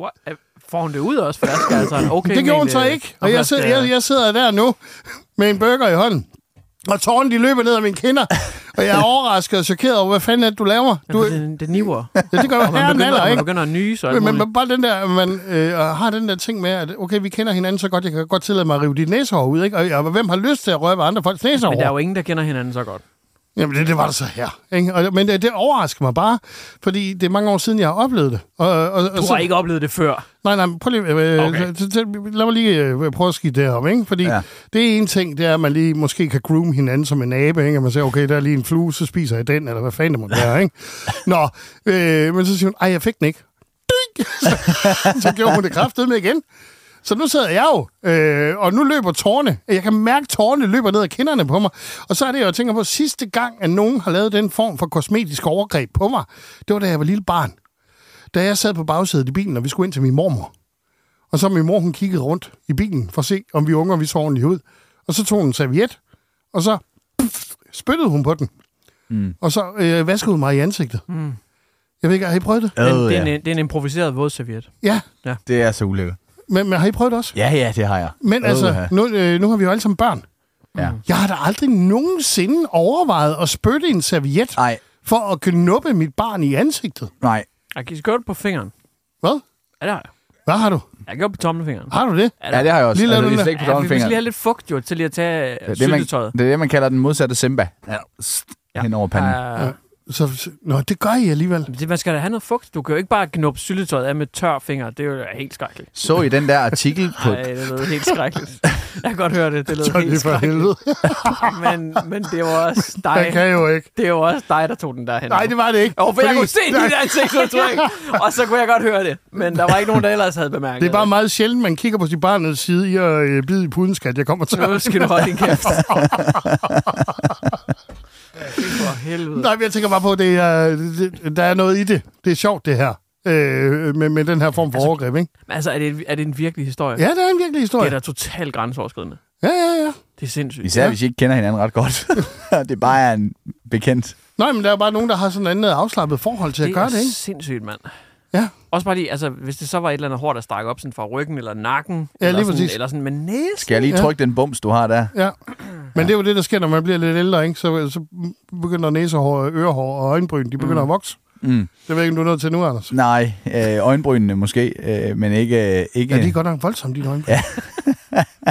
Speaker 5: What? Øh, Får hun det ud også, for der skal altså en okay
Speaker 3: det gjorde hun
Speaker 5: mængde-
Speaker 3: så ikke. Og
Speaker 5: Nå,
Speaker 3: jeg,
Speaker 5: flaske-
Speaker 3: sidder, jeg, jeg sidder der nu med en burger i hånden. Og tårerne, de løber ned af mine kinder. Og
Speaker 5: [laughs]
Speaker 3: jeg er overrasket og chokeret over, hvad fanden er det, du laver? Du,
Speaker 5: Jamen, det, det niver.
Speaker 3: [laughs] ja, det gør jo
Speaker 5: Og man
Speaker 3: herren
Speaker 5: begynder,
Speaker 3: alder,
Speaker 5: man
Speaker 3: ikke?
Speaker 5: begynder at nyse og alt
Speaker 3: Men,
Speaker 5: muligt.
Speaker 3: men bare den der, man øh, har den der ting med, at okay, vi kender hinanden så godt, jeg kan godt tillade mig at rive dit næsehår ud, ikke? Og, og hvem har lyst til at røre ved andre folks næsehår?
Speaker 5: Men der er jo ingen, der kender hinanden så godt.
Speaker 3: Jamen, det, det var det så her. Ikke? Og, men det, det overrasker mig bare, fordi det er mange år siden, jeg har oplevet det. Og, og, og,
Speaker 5: Du
Speaker 3: så,
Speaker 5: har ikke oplevet det før.
Speaker 3: Nej, nej, men prøv lige, øh,
Speaker 5: Okay.
Speaker 3: okay. lad mig lige øh, prøve at skide det om, ikke? Fordi
Speaker 2: Ja.
Speaker 3: ja. det er en ting, det er, at man lige måske kan groom hinanden som en abe, ikke? Og man siger, okay, der er lige en flue, så spiser jeg den, eller hvad fanden det må være, ikke? Nå, øh, men så siger hun, ej, jeg fik den ikke. Dyk! [laughs] Så, så gjorde hun det kraftedeme igen. Så nu sidder jeg jo, øh, og nu løber tårne. Jeg kan mærke, at tårne løber ned ad kinderne på mig. Og så er det, jeg tænker på, sidste gang, at nogen har lavet den form for kosmetisk overgreb på mig, det var, da jeg var lille barn. Da jeg sad på bagsædet i bilen, og vi skulle ind til min mormor. Og så min mor, hun kiggede rundt i bilen for at se, om vi unger, vi så ordentligt ud. Og så tog hun en serviet, og så pff, spyttede hun på den. Mm. Og så øh, vaskede hun mig i ansigtet. Mm. Jeg ved ikke, har I prøvet det?
Speaker 5: Den,
Speaker 2: Øh,
Speaker 5: det, er
Speaker 2: ja.
Speaker 5: en, det er en improviseret vådserviet.
Speaker 3: Ja,
Speaker 2: Det er så ulækkert.
Speaker 3: men, men har I prøvet det også?
Speaker 2: Ja, ja, det har jeg.
Speaker 3: Men
Speaker 2: Øh,
Speaker 3: altså,
Speaker 2: ja.
Speaker 3: nu, øh, nu har vi jo alle sammen børn.
Speaker 2: Ja.
Speaker 3: Jeg har da aldrig nogensinde overvejet at spytte en serviet
Speaker 2: Nej,
Speaker 3: for at knuppe mit barn i ansigtet.
Speaker 2: nej.
Speaker 5: Jeg kan gøre det på fingeren.
Speaker 3: Hvad?
Speaker 5: Ja, det har jeg.
Speaker 3: Hvad har du?
Speaker 5: Jeg gjorde det på tommelfingeren.
Speaker 3: Har du det?
Speaker 2: Ja, det har jeg også.
Speaker 3: Lige lad
Speaker 2: altså,
Speaker 3: den
Speaker 2: det er
Speaker 3: der.
Speaker 2: slet ikke
Speaker 5: Ja,
Speaker 2: på
Speaker 5: vi skal lige
Speaker 2: tommelfingeren.
Speaker 5: have lidt fugt, jo, til lige at tage
Speaker 2: Det er
Speaker 5: øh,
Speaker 2: det, man,
Speaker 5: syltetøjet.
Speaker 2: det er det, man kalder den modsatte Simba. Ja. ja. Hen over
Speaker 3: Mm.
Speaker 2: panden.
Speaker 5: Ja,
Speaker 3: Så, så, nå, det gør I alligevel.
Speaker 5: det, man skal da have noget fugt. Du kan jo ikke bare knuppe syltetøjet af med tør finger. Det er jo helt skrækkeligt.
Speaker 2: Så I den der artikel på...
Speaker 5: Nej, det lød helt skrækkeligt. Jeg kan godt høre det. Det lød
Speaker 3: Så er
Speaker 5: helt
Speaker 3: det for
Speaker 5: skrækkeligt.
Speaker 3: helvede.
Speaker 5: Men, men det var
Speaker 3: [laughs]
Speaker 5: også
Speaker 3: Han
Speaker 5: dig.
Speaker 3: kan jo ikke.
Speaker 5: Det var også dig, der tog den derhen.
Speaker 3: Nej, det var det ikke.
Speaker 5: Jo, for jeg kunne se
Speaker 3: Nej,
Speaker 5: dit
Speaker 3: [laughs]
Speaker 5: ansigtsudtryk, og så kunne jeg godt høre det. Men der var ikke nogen, der ellers havde bemærket
Speaker 3: Det er bare meget sjældent, man kigger på sit barnets side i at øh, bide i puden, skat. Jeg kommer til.
Speaker 5: Nu skal du holde din kæft.
Speaker 3: [laughs]
Speaker 5: Ja, fy for helvede.
Speaker 3: Nej, men jeg tænker bare på, at det er, det, der er noget i det. Det er sjovt, det her. Øh, med, med den her form for overgreb, ikke?
Speaker 5: Men Altså, er det, er det en virkelig historie?
Speaker 3: Ja, det er en virkelig
Speaker 5: Det
Speaker 3: historie.
Speaker 5: er da totalt grænseoverskridende.
Speaker 3: Ja, ja, ja.
Speaker 5: Det er sindssygt.
Speaker 2: Især hvis I ikke kender hinanden ret godt. [laughs] det bare er en bekendt.
Speaker 3: Nej, men der er bare nogen, der har sådan et andet afslappet forhold til at gøre det,
Speaker 5: er
Speaker 3: ikke?
Speaker 5: sindssygt, mand.
Speaker 3: Ja.
Speaker 5: Også bare lige, altså, hvis det så var et eller andet hår, der stak op sådan fra ryggen eller nakken.
Speaker 3: Ja,
Speaker 5: eller
Speaker 3: lige
Speaker 5: sådan,
Speaker 3: præcis.
Speaker 5: Eller sådan, men næsten.
Speaker 2: Skal jeg lige
Speaker 3: Ja.
Speaker 2: trykke den bums, du har der?
Speaker 3: Ja. Men det er jo det, der sker, når man bliver lidt ældre, ikke? Så, så begynder næsehår, øh, ørehår og øjenbryn, de begynder mm. at vokse.
Speaker 2: Mm.
Speaker 3: Det ved jeg ikke, om du er nødt til nu, Anders.
Speaker 2: Nej, øh, øjenbrynene måske, øh, men ikke... Øh, ikke
Speaker 3: Ja, de er godt nok voldsomme, dine øjenbryn.
Speaker 2: Ja.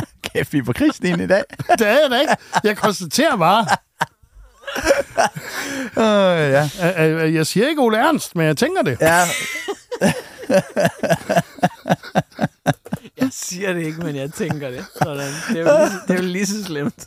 Speaker 2: [laughs] Kæft, vi er på krigsstien i dag.
Speaker 3: det er jeg da ikke. Jeg konstaterer bare.
Speaker 2: Øh, ja.
Speaker 3: Øh, øh, Jeg siger ikke Ole Ernst, men jeg tænker det.
Speaker 2: ja.
Speaker 5: Jeg siger det ikke, men jeg tænker det. Sådan. Det er jo lige, det er jo lige så slemt.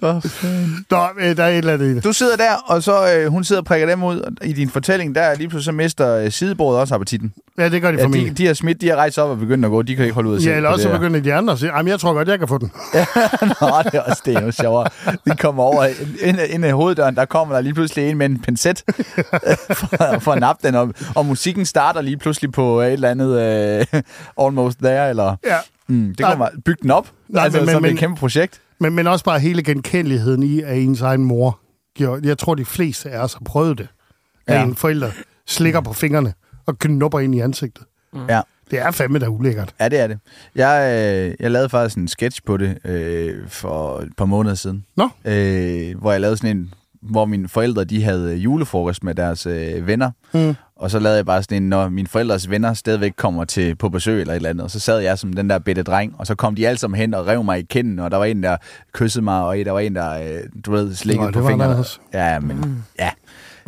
Speaker 3: Nå, øh, der er et eller andet i det.
Speaker 2: Du sidder der, og så øh, hun sidder og prikker dem ud. og I din fortælling, der er lige pludselig så mister øh, sidebordet også appetitten.
Speaker 3: Ja, det gør de
Speaker 2: Ja,
Speaker 3: for
Speaker 2: de,
Speaker 3: mig.
Speaker 2: de har smidt, de har rejst op og begyndt at gå. De kan ikke holde ud at se
Speaker 3: Ja, eller
Speaker 2: på
Speaker 3: også
Speaker 2: det [laughs]
Speaker 3: så
Speaker 2: her.
Speaker 3: begynder de andre at sige, jamen jeg tror godt, jeg kan få den. [laughs]
Speaker 2: Nå, det er også det er jo sjovere. De kommer over ind, ind ad hoveddøren, der kommer der lige pludselig en med en pincet [laughs] for, for at nappe den, og, og musikken starter lige pludselig på et eller andet øh, [laughs] Almost There, eller
Speaker 3: Ja.
Speaker 2: mm, det
Speaker 3: Nej.
Speaker 2: kommer bygge den op, Nej,
Speaker 3: Nej,
Speaker 2: altså, men, men,
Speaker 3: men- men-
Speaker 2: som men,
Speaker 3: men-
Speaker 2: et kæmpe projekt.
Speaker 3: Men, men også bare hele genkendeligheden i, at ens egen mor gjorde. Jeg tror, de fleste af os har prøvet det. At
Speaker 2: Ja.
Speaker 3: ja. en forælder slikker på fingrene og knupper ind i ansigtet.
Speaker 2: Ja.
Speaker 3: Det er fandme da ulækkert.
Speaker 2: ja, det er det. Jeg, øh, jeg lavede faktisk en sketch på det øh, for et par måneder siden,
Speaker 3: Nå,
Speaker 2: øh, hvor jeg lavede sådan en hvor mine forældre de havde øh, julefrokost med deres øh, venner. Mm. Og så lavede jeg bare sådan en, når mine forældres venner stadigvæk kommer til på besøg eller et eller andet. Og så sad jeg som den der bitte dreng, og så kom de alle sammen hen og rev mig i kinden. Og der var en, der kyssede mig, og en, der var en, der, øh, du ved, slikkede
Speaker 3: Nå, det
Speaker 2: på
Speaker 3: var der
Speaker 2: fingrene.
Speaker 3: også.
Speaker 2: Ja, men, mm. ja.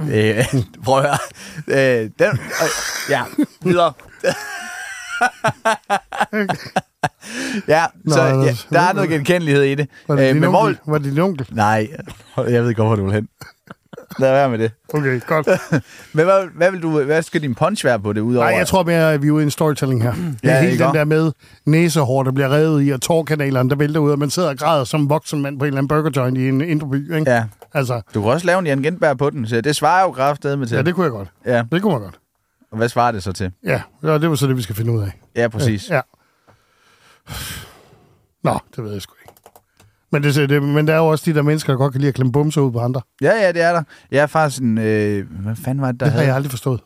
Speaker 2: Øh, [laughs] prøv at høre. Øh, den, øh, ja, videre. ja, så
Speaker 3: Nå,
Speaker 2: ja,
Speaker 3: Anders.
Speaker 2: der er noget genkendelighed i det.
Speaker 3: var det,
Speaker 2: Øh,
Speaker 3: din,
Speaker 2: men hvor,
Speaker 3: onkel? var det din onkel?
Speaker 2: Nej, [laughs] jeg ved godt, hvor du vil hen. Lad være med det.
Speaker 3: Okay, godt.
Speaker 2: Men hvad, hvad, vil du, hvad skal din punch være på det, udover...
Speaker 3: Nej, jeg tror mere, at vi er ude i en storytelling her. Det
Speaker 2: Mm. Ja,
Speaker 3: er
Speaker 2: ikke
Speaker 3: hele den
Speaker 2: også?
Speaker 3: der med næsehår, der bliver revet i, og tårkanalerne, der vælter ud, og man sidder og græder som voksen mand på en eller anden burger joint i en indre by, ikke?
Speaker 2: Ja.
Speaker 3: Altså,
Speaker 2: Du kan også lave en Jan Gentberg på den, så det svarer jo kraftedeme til.
Speaker 3: ja, det kunne jeg godt.
Speaker 2: ja.
Speaker 3: Det kunne man godt.
Speaker 2: Og hvad svarer det så til?
Speaker 3: Ja, og det var så det, vi skal finde ud af.
Speaker 2: Ja, præcis.
Speaker 3: Ja. Nå, det ved jeg sgu ikke. Men, det, det, men der er jo også de der mennesker, der godt kan lide at klemme bumser ud på andre.
Speaker 2: Ja, ja, det er der. Jeg er faktisk en... Øh, hvad fanden var det, der
Speaker 3: Det har
Speaker 2: havde...
Speaker 3: jeg aldrig forstået.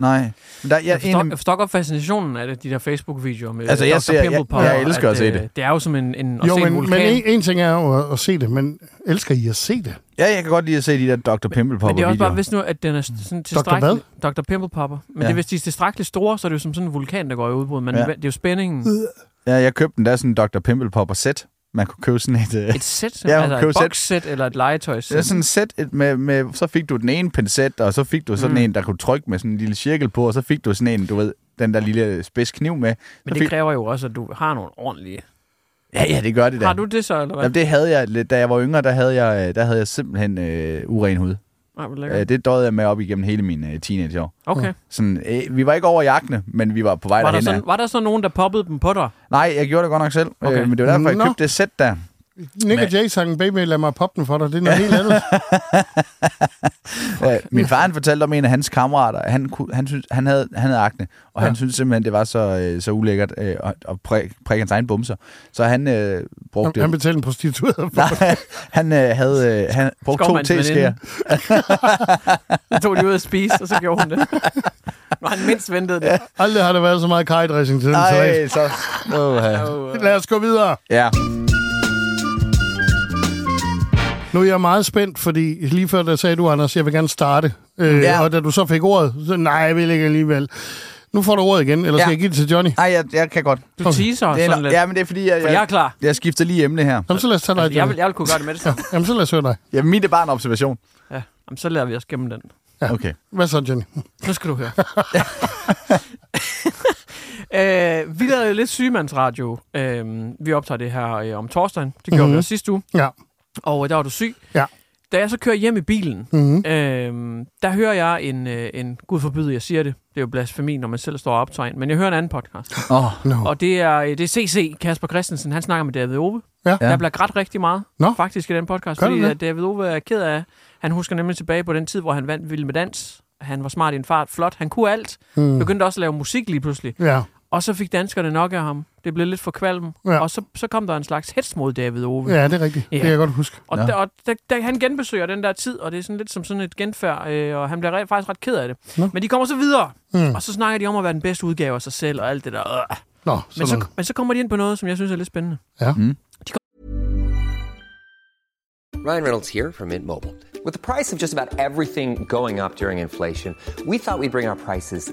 Speaker 2: Nej. Men der, jeg,
Speaker 5: Jeg forstår,
Speaker 2: egentlig-
Speaker 5: jeg forstår godt fascinationen af det, de der Facebook-videoer med
Speaker 2: Altså, jeg
Speaker 5: Dr.
Speaker 2: ser- jeg-
Speaker 5: Pimple
Speaker 2: jeg
Speaker 5: Popper,
Speaker 2: elsker at se
Speaker 5: øh,
Speaker 2: det.
Speaker 5: Det er jo som en, en at
Speaker 3: Jo,
Speaker 5: se en
Speaker 3: men, men
Speaker 5: vulkan.
Speaker 3: en, en ting er jo at, at se det, men elsker I at se det?
Speaker 2: ja, jeg kan godt lide at se de der Dr. Pimple Popper
Speaker 5: Men det er også bare,
Speaker 2: videoer.
Speaker 5: hvis nu, at den er
Speaker 3: Mm.
Speaker 5: sådan tilstrækkelig... Dr. Dr. Pimple Popper. Men
Speaker 2: Ja.
Speaker 5: ja. det, hvis de er tilstrækkeligt store, så er det jo som sådan en vulkan, der går i udbrud. Men
Speaker 2: Ja.
Speaker 5: ja. det er jo spændingen.
Speaker 2: Ja, jeg købte den der sådan en Dr. Pimple Popper sæt. Man kunne købe sådan et... øh,
Speaker 5: Et sæt,
Speaker 2: Ja,
Speaker 5: ja,
Speaker 2: køb et
Speaker 5: altså
Speaker 2: sæt.
Speaker 5: et box-sæt eller et
Speaker 2: Det er
Speaker 5: legetøjsæt.
Speaker 2: sådan et sæt et med, med, så fik du den ene pincet, og så fik du sådan mm.
Speaker 5: Mm.
Speaker 2: en, der kunne trykke med sådan en lille cirkel på, og så fik du sådan en, du ved, den der lille spids kniv med.
Speaker 5: Men
Speaker 2: så
Speaker 5: det
Speaker 2: fik,
Speaker 5: kræver jo også, at du har nogle ordentlige...
Speaker 2: ja, ja, det gør det da.
Speaker 5: Har du det så, eller hvad?
Speaker 2: Jamen, det havde jeg, lidt- da jeg var yngre, der havde jeg, øh, der havde jeg simpelthen øh, uren hud.
Speaker 5: Nej, hvor
Speaker 2: Okay.
Speaker 5: lækkert.
Speaker 2: Øh, det døjede jeg med op igennem hele min øh, teenageår.
Speaker 5: Okay.
Speaker 2: Sådan, øh, vi var ikke over i akne, men vi var på vej
Speaker 5: Var der,
Speaker 2: derhen.
Speaker 5: sådan, var der så nogen, der poppede dem på dig?
Speaker 2: Nej, jeg gjorde det godt nok selv, okay.
Speaker 5: Okay.
Speaker 2: øh, men det var derfor, jeg
Speaker 3: Nå.
Speaker 2: købte det sæt der.
Speaker 3: Nick og Jay sang Baby, lad mig poppe den for dig. Det er noget helt
Speaker 2: [laughs]
Speaker 3: andet.
Speaker 2: Øh, min far han fortalte om en af hans kammerater, han, kunne- han, synes, han, havde, han havde akne, og ja. han syntes simpelthen, det var så, øh, så ulækkert øh, at, at prik, prikke hans egen bumser. Så han øh, brugte...
Speaker 3: Han, han betalte en prostitueret for det.
Speaker 2: Nej, [laughs] han øh, havde øh, han brugte to
Speaker 5: Skovmands
Speaker 2: teskeer.
Speaker 5: veninde. Så tog de ud at spise, og så gjorde
Speaker 2: [laughs]
Speaker 5: hun det. Når han mindst ventede det.
Speaker 3: Aldrig har der været så meget kajdressing til den salat.
Speaker 2: Nej, så... Uh,
Speaker 3: Lad os gå videre.
Speaker 2: ja.
Speaker 3: Nu er jeg meget spændt, fordi lige før der sagde du, Anders, jeg vil gerne starte. Øh,
Speaker 2: Ja.
Speaker 3: ja. Og da du så fik ordet, så nej, jeg vil ikke alligevel. Nu får du ordet igen, eller skal
Speaker 2: Ja.
Speaker 3: ja. jeg give det til Johnny?
Speaker 2: Nej, jeg, jeg kan godt.
Speaker 5: Du teaser
Speaker 2: Det
Speaker 5: sådan
Speaker 2: er,
Speaker 5: lidt.
Speaker 2: ja, men det er fordi, jeg,
Speaker 5: For jeg er klar. Altså,
Speaker 2: jeg skifter lige emne her.
Speaker 3: Jamen, så lad os tage dig, Johnny.
Speaker 5: Jeg vil, jeg vil kunne gøre det med det samme.
Speaker 3: Jamen, så lad os høre dig.
Speaker 2: Jamen, mit er bare en observation.
Speaker 5: Ja. Jamen, så lader vi os gennem den.
Speaker 2: Okay.
Speaker 3: Hvad så, Johnny?
Speaker 5: Nu skal du høre. øh, vi lavede lidt sygemandsradio. Øh, vi optager det her øh, om torsdagen. Det gjorde mm-hmm.
Speaker 2: Mhm.
Speaker 5: vi også sidste uge.
Speaker 3: [laughs] Ja.
Speaker 5: Og øh, der var du syg.
Speaker 3: Ja.
Speaker 5: Da jeg så kører hjem i bilen,
Speaker 3: Mm-hmm.
Speaker 5: øh, der hører jeg en, øh, en... Gud forbyde, jeg siger det. Det er jo blasfemi, når man selv står og optager en. Men jeg hører en anden podcast.
Speaker 2: Oh,
Speaker 3: No.
Speaker 5: Og det er, øh, det er CC, Kasper Christensen, han snakker med David Ove.
Speaker 3: Ja.
Speaker 5: Der bliver grædt rigtig meget,
Speaker 3: Nå.
Speaker 5: faktisk, i den podcast,
Speaker 3: Gør der
Speaker 5: fordi
Speaker 3: det?
Speaker 5: at David Ove er ked af, han husker nemlig tilbage på den tid, hvor han vandt Vild med Dans. Han var smart i en fart, flot, han kunne alt.
Speaker 3: Mm.
Speaker 5: Begyndte også at lave musik lige pludselig.
Speaker 3: Ja.
Speaker 5: Og så fik danskerne nok af ham. Det blev lidt for kvalm.
Speaker 3: Ja.
Speaker 5: Og så, så kom der en slags hets mod David Ove.
Speaker 3: ja, det er rigtigt.
Speaker 5: Ja.
Speaker 3: Det kan jeg godt huske.
Speaker 5: Og,
Speaker 2: Nå.
Speaker 5: ja. der, og der, der, han genbesøger den der tid, og det er sådan lidt som sådan et genfærd, øh, og han bliver re- faktisk ret ked af det.
Speaker 3: Nå.
Speaker 5: Men de kommer så videre,
Speaker 3: Mm.
Speaker 2: Hmm.
Speaker 5: og så snakker de om at være den bedste udgave af sig selv, og alt det der. Øh.
Speaker 3: Nå,
Speaker 5: Men,
Speaker 3: sådan.
Speaker 5: så, men så kommer de ind på noget, som jeg synes er lidt spændende.
Speaker 7: Ryan Reynolds here from Mint Mobile. With the price of just about everything going up during inflation, we thought we'd bring our prices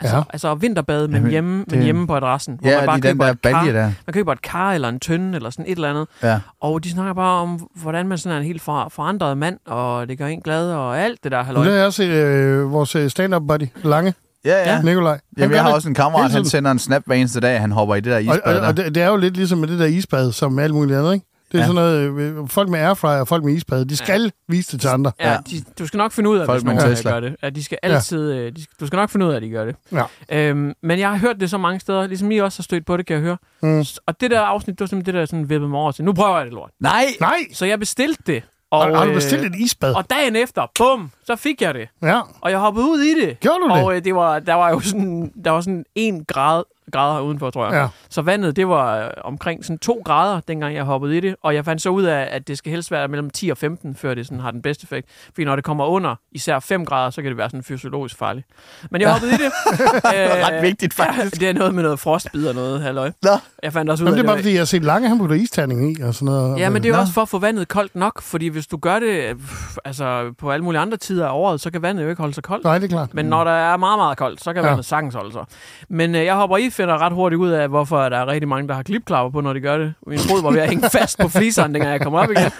Speaker 5: Altså,
Speaker 3: Ja.
Speaker 5: ja. altså vinterbade, men,
Speaker 2: Jamen,
Speaker 5: hjemme,
Speaker 2: det-
Speaker 5: men hjemme på adressen. Hvor
Speaker 2: Ja,
Speaker 5: man bare
Speaker 2: de- den
Speaker 5: køber
Speaker 2: der
Speaker 5: et kar,
Speaker 2: balje der.
Speaker 5: Man køber et kar eller en tønde eller sådan et eller andet.
Speaker 2: ja.
Speaker 5: Og de snakker bare om, hvordan man sådan er en helt for, forandret mand, og det gør en glad, og alt det der halløj.
Speaker 3: Det er også øh, vores øh, stand-up buddy, Lange,
Speaker 2: Ja, ja.
Speaker 3: ja. Nikolaj. Han
Speaker 2: Jamen,
Speaker 3: gør
Speaker 2: jeg har
Speaker 3: det
Speaker 2: også en kammerat,
Speaker 3: hele
Speaker 2: han
Speaker 3: tiden.
Speaker 2: sender en snap hver eneste dag, han hopper i det der
Speaker 3: Og,
Speaker 2: isbad
Speaker 3: og, og
Speaker 2: der.
Speaker 3: det, det er jo lidt ligesom med det der isbad, som med alt muligt andet, ikke? Det er
Speaker 2: Ja.
Speaker 3: ja. sådan noget, øh, folk med airfryer og folk med isbad, de skal ja. vise det til andre.
Speaker 5: Ja,
Speaker 2: Ja.
Speaker 5: De, du skal nok finde ud af,
Speaker 2: Folk
Speaker 5: hvis
Speaker 2: med
Speaker 5: nogen
Speaker 2: en
Speaker 5: øh,
Speaker 2: Tesla.
Speaker 5: gør det. At de skal
Speaker 3: Ja.
Speaker 5: altid, øh, de, skal- du skal nok finde ud af, at de gør det.
Speaker 3: Ja.
Speaker 5: Øhm, men jeg har hørt det så mange steder, ligesom I også har stødt på det, kan jeg høre. Mm. Og det der afsnit, det var simpelthen det, der sådan vippede mig over til. Nu prøver jeg det lort.
Speaker 2: Nej!
Speaker 3: Nej!
Speaker 5: Så jeg bestilte det.
Speaker 3: Og, har du
Speaker 5: øh,
Speaker 3: bestilt et isbad?
Speaker 5: Og dagen efter, bum, så fik jeg det.
Speaker 3: Ja.
Speaker 5: Og jeg hoppede ud i det.
Speaker 3: Gjorde du det?
Speaker 5: Og øh, det var, der var jo sådan, der var sådan en grad, grad her udenfor, tror jeg.
Speaker 3: Ja.
Speaker 5: Så vandet, det var øh, omkring sådan 2 grader, dengang jeg hoppede i det. Og jeg fandt så ud af, at det skal helst være mellem 10 og 15, før det sådan har den bedste effekt. Fordi når det kommer under især 5 grader, så kan det være sådan fysiologisk farligt. Men jeg
Speaker 3: [laughs]
Speaker 5: hoppede i det. Øh,
Speaker 2: var ret vigtigt, faktisk.
Speaker 5: Ja, det er noget med noget frostbid og noget, halløj.
Speaker 2: Nå.
Speaker 5: Jeg fandt også ud
Speaker 3: Jamen, det
Speaker 5: af,
Speaker 3: er
Speaker 5: at
Speaker 3: bare, fordi jeg har set Lange, han putter isterning i og sådan noget.
Speaker 5: Ja, men det er
Speaker 2: Nå.
Speaker 5: jo også for at få vandet koldt nok, fordi hvis du gør det pff, altså, på alle mulige andre tider af året, så kan vandet jo ikke holde sig koldt.
Speaker 3: Nej, det er klart.
Speaker 5: Men når der er meget, meget koldt, så kan
Speaker 3: Ja.
Speaker 5: vandet sagtens holde sig. Men øh, jeg hopper i, finder ret hurtigt ud af, hvorfor der er rigtig mange, der har klipklapper på, når de gør det. Min fod var ved at hænge fast på fliseren, dengang jeg kom op igen.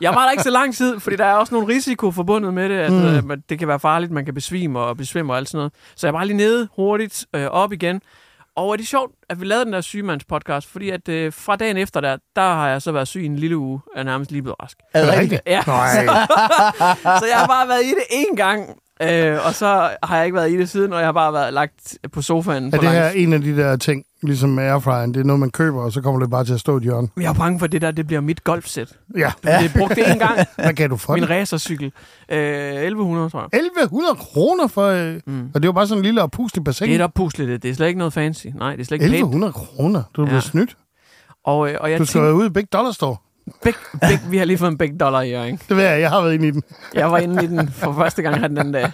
Speaker 5: Jeg var der ikke så lang tid, fordi der er også nogle risiko forbundet med det. At, mm. øh, man- det kan være farligt, man kan besvime og besvimme og alt sådan noget. Så jeg var lige nede hurtigt, øh, op igen. Og er det sjovt, at vi lavede den der sygemandspodcast, fordi at øh, fra dagen efter der, der har jeg så været syg i en lille uge, og er nærmest lige blevet rask.
Speaker 2: Er det
Speaker 5: [laughs]
Speaker 3: det
Speaker 2: rigtigt?
Speaker 3: rigtigt?
Speaker 5: Ja.
Speaker 3: Nej.
Speaker 5: Så jeg har bare været i det én gang, Øh, og så har jeg ikke været i det siden, og jeg har bare været lagt på sofaen.
Speaker 3: Er
Speaker 5: på
Speaker 3: det her
Speaker 5: langs-
Speaker 3: en af de der ting, ligesom airfryeren, det er noget, man køber, og så kommer det bare til at stå i et hjørne?
Speaker 5: Jeg er bange for, at det der det bliver mit golfsæt.
Speaker 3: Ja.
Speaker 5: Det er brugt én gang.
Speaker 3: Hvad kan du for
Speaker 5: Min
Speaker 3: det?
Speaker 5: racercykel. Øh, 1100, tror jeg.
Speaker 3: 1100 kroner for... Øh, mm. Og det var bare sådan en lille oppuslig bassin.
Speaker 5: Det er et oppuslet, det. det er slet ikke noget fancy. Nej, det er slet ikke pænt.
Speaker 3: 1100 kroner? Du er blevet
Speaker 5: Ja.
Speaker 3: snydt.
Speaker 5: Og, øh, og jeg
Speaker 3: Du skal
Speaker 5: tænkte-
Speaker 3: være ude i Big Dollar Store.
Speaker 5: Big, big, vi har lige fået en big dollar i år, ikke?
Speaker 3: Det ved jeg, jeg har været inde i den.
Speaker 5: Jeg var inde i den for første gang her den anden dag.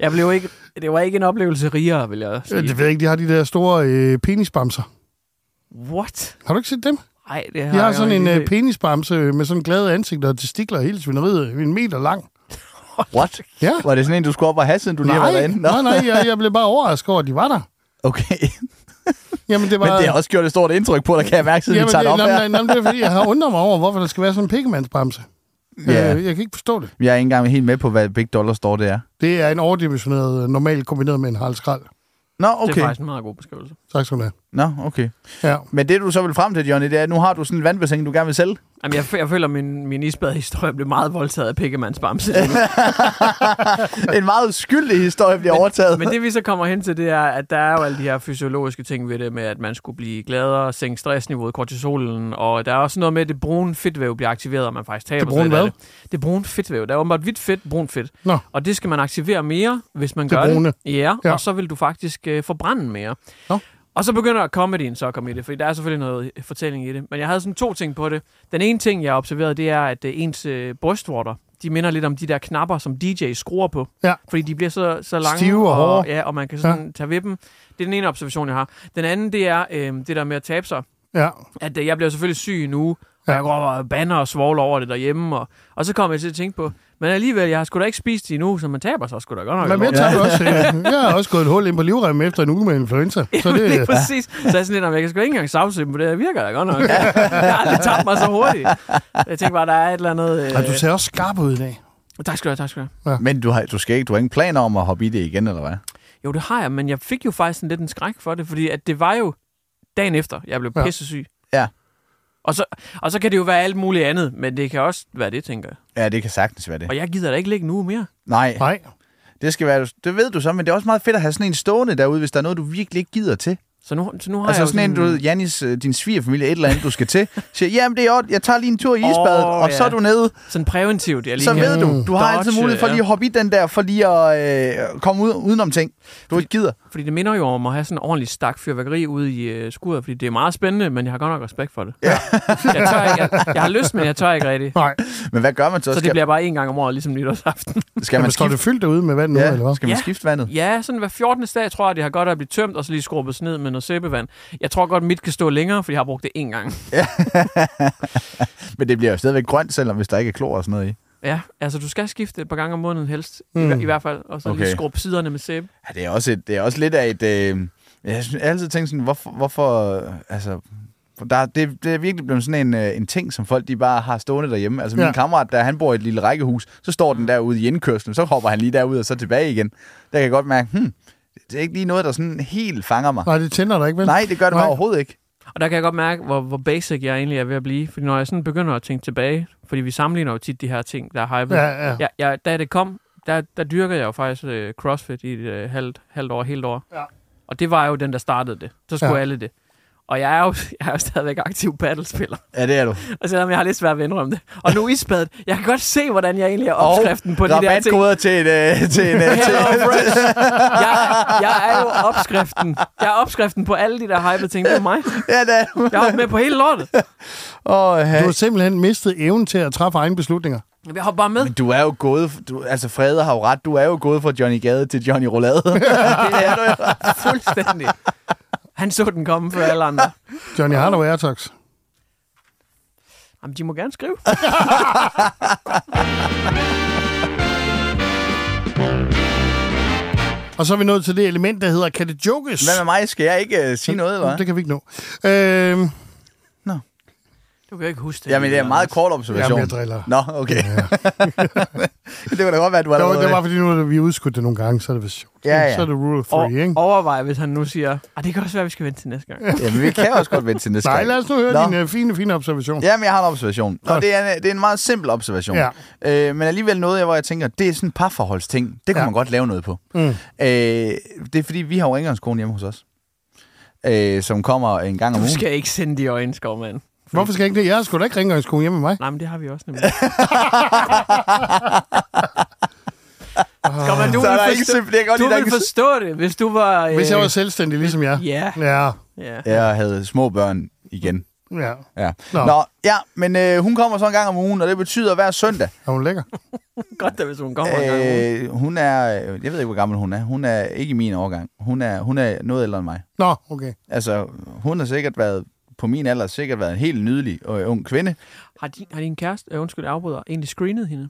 Speaker 5: Jeg blev ikke, det var ikke en oplevelse rigere, vil jeg
Speaker 3: Øh,
Speaker 5: sige.
Speaker 3: Det ved jeg ikke, de har de der store øh, penisbamser.
Speaker 5: What?
Speaker 3: Har du ikke set dem?
Speaker 5: Nej, det har
Speaker 3: De har
Speaker 5: jeg
Speaker 3: sådan en
Speaker 5: ikke set.
Speaker 3: øh, penisbamse med sådan glade ansigter og testikler og hele svineriet, øh, en meter lang.
Speaker 2: What?
Speaker 3: Ja.
Speaker 2: Var det sådan en, du skulle op og have, siden du lige var
Speaker 3: nej,
Speaker 2: derinde? Nå.
Speaker 3: nej, nej, jeg, jeg blev bare overrasket over, at de var der.
Speaker 2: Okay.
Speaker 3: Jamen, det var...
Speaker 2: Men det har også gjort et stort indtryk på dig, kan jeg mærke, siden vi tager det op
Speaker 3: det,
Speaker 2: her.
Speaker 3: jamen, jamen, det er fordi, jeg har undret mig over, hvorfor der skal være sådan en pikkemandsbremse.
Speaker 2: Ja.
Speaker 3: Yeah. Øh, jeg kan ikke forstå det.
Speaker 2: Jeg er ikke engang helt med på, hvad Big Dollar står det er.
Speaker 3: Det er en overdimensioneret, øh, normalt kombineret med en Harald Skrald.
Speaker 2: Nå,
Speaker 5: Det er
Speaker 2: okay.
Speaker 5: faktisk en meget god beskrivelse.
Speaker 3: Tak skal du have.
Speaker 2: Nå, okay.
Speaker 3: Ja.
Speaker 2: Men det, du så vil frem til, Johnny, det er, at nu har du sådan et vandbassin, du gerne vil sælge.
Speaker 5: Jamen, jeg, fø- jeg føler, at min, min isbadhistorie blev meget voldtaget af Pikkemands bamse.
Speaker 3: [laughs]
Speaker 2: en meget uskyldig historie bliver overtaget.
Speaker 5: Men det, vi så kommer hen til, det er, at der er jo alle de her fysiologiske ting ved det, med at man skulle blive gladere, sænke stressniveauet, kortisolen, og der er også noget med, at det brune fedtvæv bliver aktiveret, og man faktisk taber
Speaker 3: Det brune
Speaker 5: sig lidt af
Speaker 3: hvad?
Speaker 5: Det. det brune fedtvæv. Der er åbenbart hvidt fedt, brun fedt.
Speaker 3: Nå.
Speaker 5: Og det skal man aktivere mere, hvis man
Speaker 3: Det
Speaker 5: gør
Speaker 3: brune.
Speaker 5: det. Ja,
Speaker 3: Ja.
Speaker 5: ja, og så vil du faktisk øh, forbrænde mere.
Speaker 3: Nå.
Speaker 5: Og så begynder comedyen så at komme i det, fordi der er selvfølgelig noget øh, fortælling i det. Men jeg havde sådan to ting på det. Den ene ting, jeg observerede, det er, at øh, ens øh, brystvorter, de minder lidt om de der knapper, som DJ skruer på.
Speaker 3: Ja.
Speaker 5: Fordi de bliver så, så lange.
Speaker 3: Stive og hårde.
Speaker 5: Ja, og man kan sådan ja. tage ved dem. Det er den ene observation, jeg har. Den anden, det er øh, det der med at tabe sig.
Speaker 3: Ja.
Speaker 5: At øh, jeg bliver selvfølgelig syg nu, og jeg går og banner og svogler over det derhjemme. Og, og så kommer jeg til at tænke på, men alligevel, jeg har sgu da ikke spist det endnu, så man taber sig sgu da godt nok.
Speaker 3: Men jeg,
Speaker 5: alvorligt. [laughs]
Speaker 3: tager også, øh, jeg har også gået et hul ind på livrem efter en uge med influenza. Så
Speaker 5: det, [laughs]
Speaker 3: det,
Speaker 5: lige præcis. Så jeg er sådan lidt, om jeg kan sgu ikke engang savse dem på det her. virker da godt nok. [laughs] Jeg har aldrig tabt mig så hurtigt. Jeg tænkte bare, der er et eller andet... øh,
Speaker 3: og du ser også skarp ud i dag.
Speaker 5: Tak skal du have, tak skal du have.
Speaker 3: Ja.
Speaker 2: Men du har, du, skal ikke, du har ingen planer om at hoppe i det igen, eller hvad?
Speaker 5: Jo, det har jeg, men jeg fik jo faktisk en lidt en skræk for det, fordi at det var jo dagen efter, jeg blev
Speaker 2: Ja.
Speaker 5: ja. pissesyg.
Speaker 2: Ja.
Speaker 5: Og så, og så kan det jo være alt muligt andet, men det kan også være det, tænker jeg.
Speaker 2: Ja, det kan sagtens være det.
Speaker 5: Og jeg gider da ikke ligge nu mere.
Speaker 2: Nej.
Speaker 3: Nej.
Speaker 2: Det, skal være, det ved du så, men det er også meget fedt at have sådan en stående derude, hvis der er noget, du virkelig ikke gider til.
Speaker 5: Så nu, så nu har
Speaker 2: altså
Speaker 5: jeg jo
Speaker 2: sådan, en, du ved, Janis, øh, din svigerfamilie, et eller andet, du skal til, siger, jamen det er godt, jeg tager lige en tur i isbadet,
Speaker 5: Åh,
Speaker 2: og så
Speaker 5: ja.
Speaker 2: er du nede.
Speaker 5: Sådan præventivt, jeg lige
Speaker 2: Så
Speaker 5: kan
Speaker 2: ved du, du har altid
Speaker 5: dodge,
Speaker 2: mulighed for lige at hoppe i den der, for lige at øh, komme ud, udenom ting, du ikke gider.
Speaker 5: Fordi det minder jo om at have sådan en ordentlig stak fyrværkeri ude i øh, skuret, fordi det er meget spændende, men jeg har godt nok respekt for det. Ja. [laughs] jeg, tør ikke, jeg, jeg har lyst, men jeg tør ikke rigtigt.
Speaker 3: Nej.
Speaker 2: Men hvad gør man så?
Speaker 5: Så det
Speaker 2: Skal-
Speaker 5: bliver bare en gang om året, ligesom
Speaker 2: [laughs]
Speaker 5: nytårsaften.
Speaker 2: Skal
Speaker 3: Jamen,
Speaker 2: man
Speaker 3: står
Speaker 2: skifte?
Speaker 3: det fyldt derude med vand nu,
Speaker 2: Ja,
Speaker 3: eller hvad?
Speaker 2: skal man skifte vandet?
Speaker 5: Ja, sådan hver 14. dag, tror jeg, det har godt af at blive tømt, og så lige skrubbes ned med noget sæbevand. Jeg tror godt, mit kan stå længere, fordi jeg har brugt det én gang.
Speaker 2: Men det bliver jo stadigvæk grønt, selvom hvis der ikke er klor og sådan noget i.
Speaker 5: Ja, altså du skal skifte et par gange om måneden helst,
Speaker 2: Mm.
Speaker 5: mm. i, hver- i hvert fald, og så okay.
Speaker 2: Okay.
Speaker 5: lige skrubbe siderne med sæbe.
Speaker 2: Ja, det er også, et, det er også lidt af et... Øh, jeg synes- jeg har altid tænkt sådan, hvorfor... hvorfor øh, altså, for der, det, det er virkelig blevet sådan en, øh, en ting, som folk de bare har stående derhjemme. Altså min
Speaker 3: Ja.
Speaker 2: kammerat, der han bor i et lille rækkehus, så står den derude i indkørslen, så hopper han lige derud og så tilbage igen. Der kan jeg godt mærke, hmm, det er ikke lige noget, der sådan helt fanger mig.
Speaker 3: Nej, det tænder der ikke, vel?
Speaker 2: Nej, det gør det bare overhovedet ikke.
Speaker 5: Og der kan jeg godt mærke, hvor, hvor basic jeg egentlig er ved at blive. Fordi når jeg sådan begynder at tænke tilbage, fordi vi sammenligner jo tit de her ting, der er hypet.
Speaker 3: Ja, ja.
Speaker 5: Jeg, jeg, da det kom, der, der dyrkede jeg jo faktisk øh, CrossFit i et øh, halvt, halvt år, helt år.
Speaker 3: Ja.
Speaker 5: Og det var jo den, der startede det. Så skulle
Speaker 3: Ja.
Speaker 5: ja. alle det. Og jeg er jo, [laughs] jeg er jo stadigvæk aktiv paddlespiller.
Speaker 2: Ja, det er du.
Speaker 5: Og selvom jeg har lidt svært ved at indrømme det. Og nu isbadet. Jeg kan godt se, hvordan jeg egentlig er opskriften på de der ting. [laughs]
Speaker 2: rabatkoder til en... Øh, til [laughs] en øh, til,
Speaker 5: Hello, fresh. jeg, jeg er jo opskriften. Jeg er opskriften på alle de der hypede ting. Det er mig.
Speaker 2: ja, det er du.
Speaker 5: Jeg er med på hele lortet.
Speaker 2: Åh, hey.
Speaker 3: Du har simpelthen mistet evnen til at træffe egne beslutninger.
Speaker 5: Jeg hopper bare med.
Speaker 2: Men du er jo gået... Du, altså, Frede har jo ret. Du er jo gået fra Johnny Gade til Johnny Roulade.
Speaker 5: [laughs] Det er du jo. Fuldstændig. Han så den komme før alle andre.
Speaker 3: Johnny Hardaway Airtox.
Speaker 5: Jamen, de må gerne skrive.
Speaker 3: Og så er vi nået til det element, der hedder, kan det jokes? Øhm,
Speaker 2: Hvad med mig? Skal jeg ikke øh, sige noget, eller hvad?
Speaker 3: Det kan vi ikke nå. Øh,
Speaker 2: Nå.
Speaker 5: Det Du kan ikke huske det.
Speaker 2: Jamen, det er en meget kort observation.
Speaker 3: Jamen, jeg driller.
Speaker 2: Nå, okay. [laughs] det kunne da godt være, at du
Speaker 3: Det var,
Speaker 2: allerede...
Speaker 3: det var fordi, nu er vi udskudt det nogle gange, så er det vist sjovt.
Speaker 2: Ja, ja.
Speaker 3: Så er det rule of three,
Speaker 5: Og-
Speaker 3: ikke?
Speaker 5: Overvej, hvis han nu siger, at det kan også være, at vi skal vente til næste gang.
Speaker 2: Jamen, vi kan også godt vente til næste
Speaker 3: Nej,
Speaker 2: gang.
Speaker 3: lad os nu høre
Speaker 2: Nå.
Speaker 3: din øh, fine, fine observation.
Speaker 2: Jamen, jeg har en observation.
Speaker 3: Nå.
Speaker 2: Og det er, en- det er en meget simpel observation.
Speaker 3: Ja.
Speaker 2: Øh, men alligevel noget, jeg- hvor jeg tænker, det er sådan en parforholdsting. Det kunne
Speaker 3: Ja.
Speaker 2: man godt lave noget på.
Speaker 3: Mm.
Speaker 2: Øh, det er fordi, vi har jo rengøringskone hjemme hos os. Øh, som kommer en gang om
Speaker 5: Du
Speaker 2: ugen.
Speaker 5: skal ikke sende de øjne, Skovmand.
Speaker 3: Hvorfor skal jeg ikke det? Jeg har sgu da ikke rengøringskone hjemme med mig.
Speaker 5: Nej, men det har vi
Speaker 2: [laughs]
Speaker 5: også nemlig. Skovmand, du
Speaker 2: Så er
Speaker 5: vil
Speaker 2: der ikke
Speaker 5: forstå,
Speaker 2: simp- det kan godt
Speaker 5: du
Speaker 2: lide, der
Speaker 5: vil
Speaker 2: ikke-
Speaker 5: forstå det, hvis du var... Øh,
Speaker 3: Hvis jeg var selvstændig, ligesom jeg.
Speaker 5: Ja.
Speaker 3: Ja.
Speaker 5: ja.
Speaker 2: Jeg havde små børn igen.
Speaker 3: Ja.
Speaker 2: Ja. Nå.
Speaker 3: Nå.
Speaker 2: Nå, ja, men øh, hun kommer så en gang om ugen, og det betyder hver søndag.
Speaker 3: Er hun lækker?
Speaker 5: Godt da, hvis hun kommer en gang. om ugen.
Speaker 2: Øh, hun er, øh, jeg ved ikke, hvor gammel hun er. Hun er ikke i min årgang. Hun er, hun er noget ældre end mig.
Speaker 3: Nå, okay.
Speaker 2: Altså, hun har sikkert været, på min alder, sikkert været en helt nydelig øh, ung kvinde.
Speaker 5: Har din, har din kæreste, øh, undskyld, jeg afbryder, egentlig screenet hende?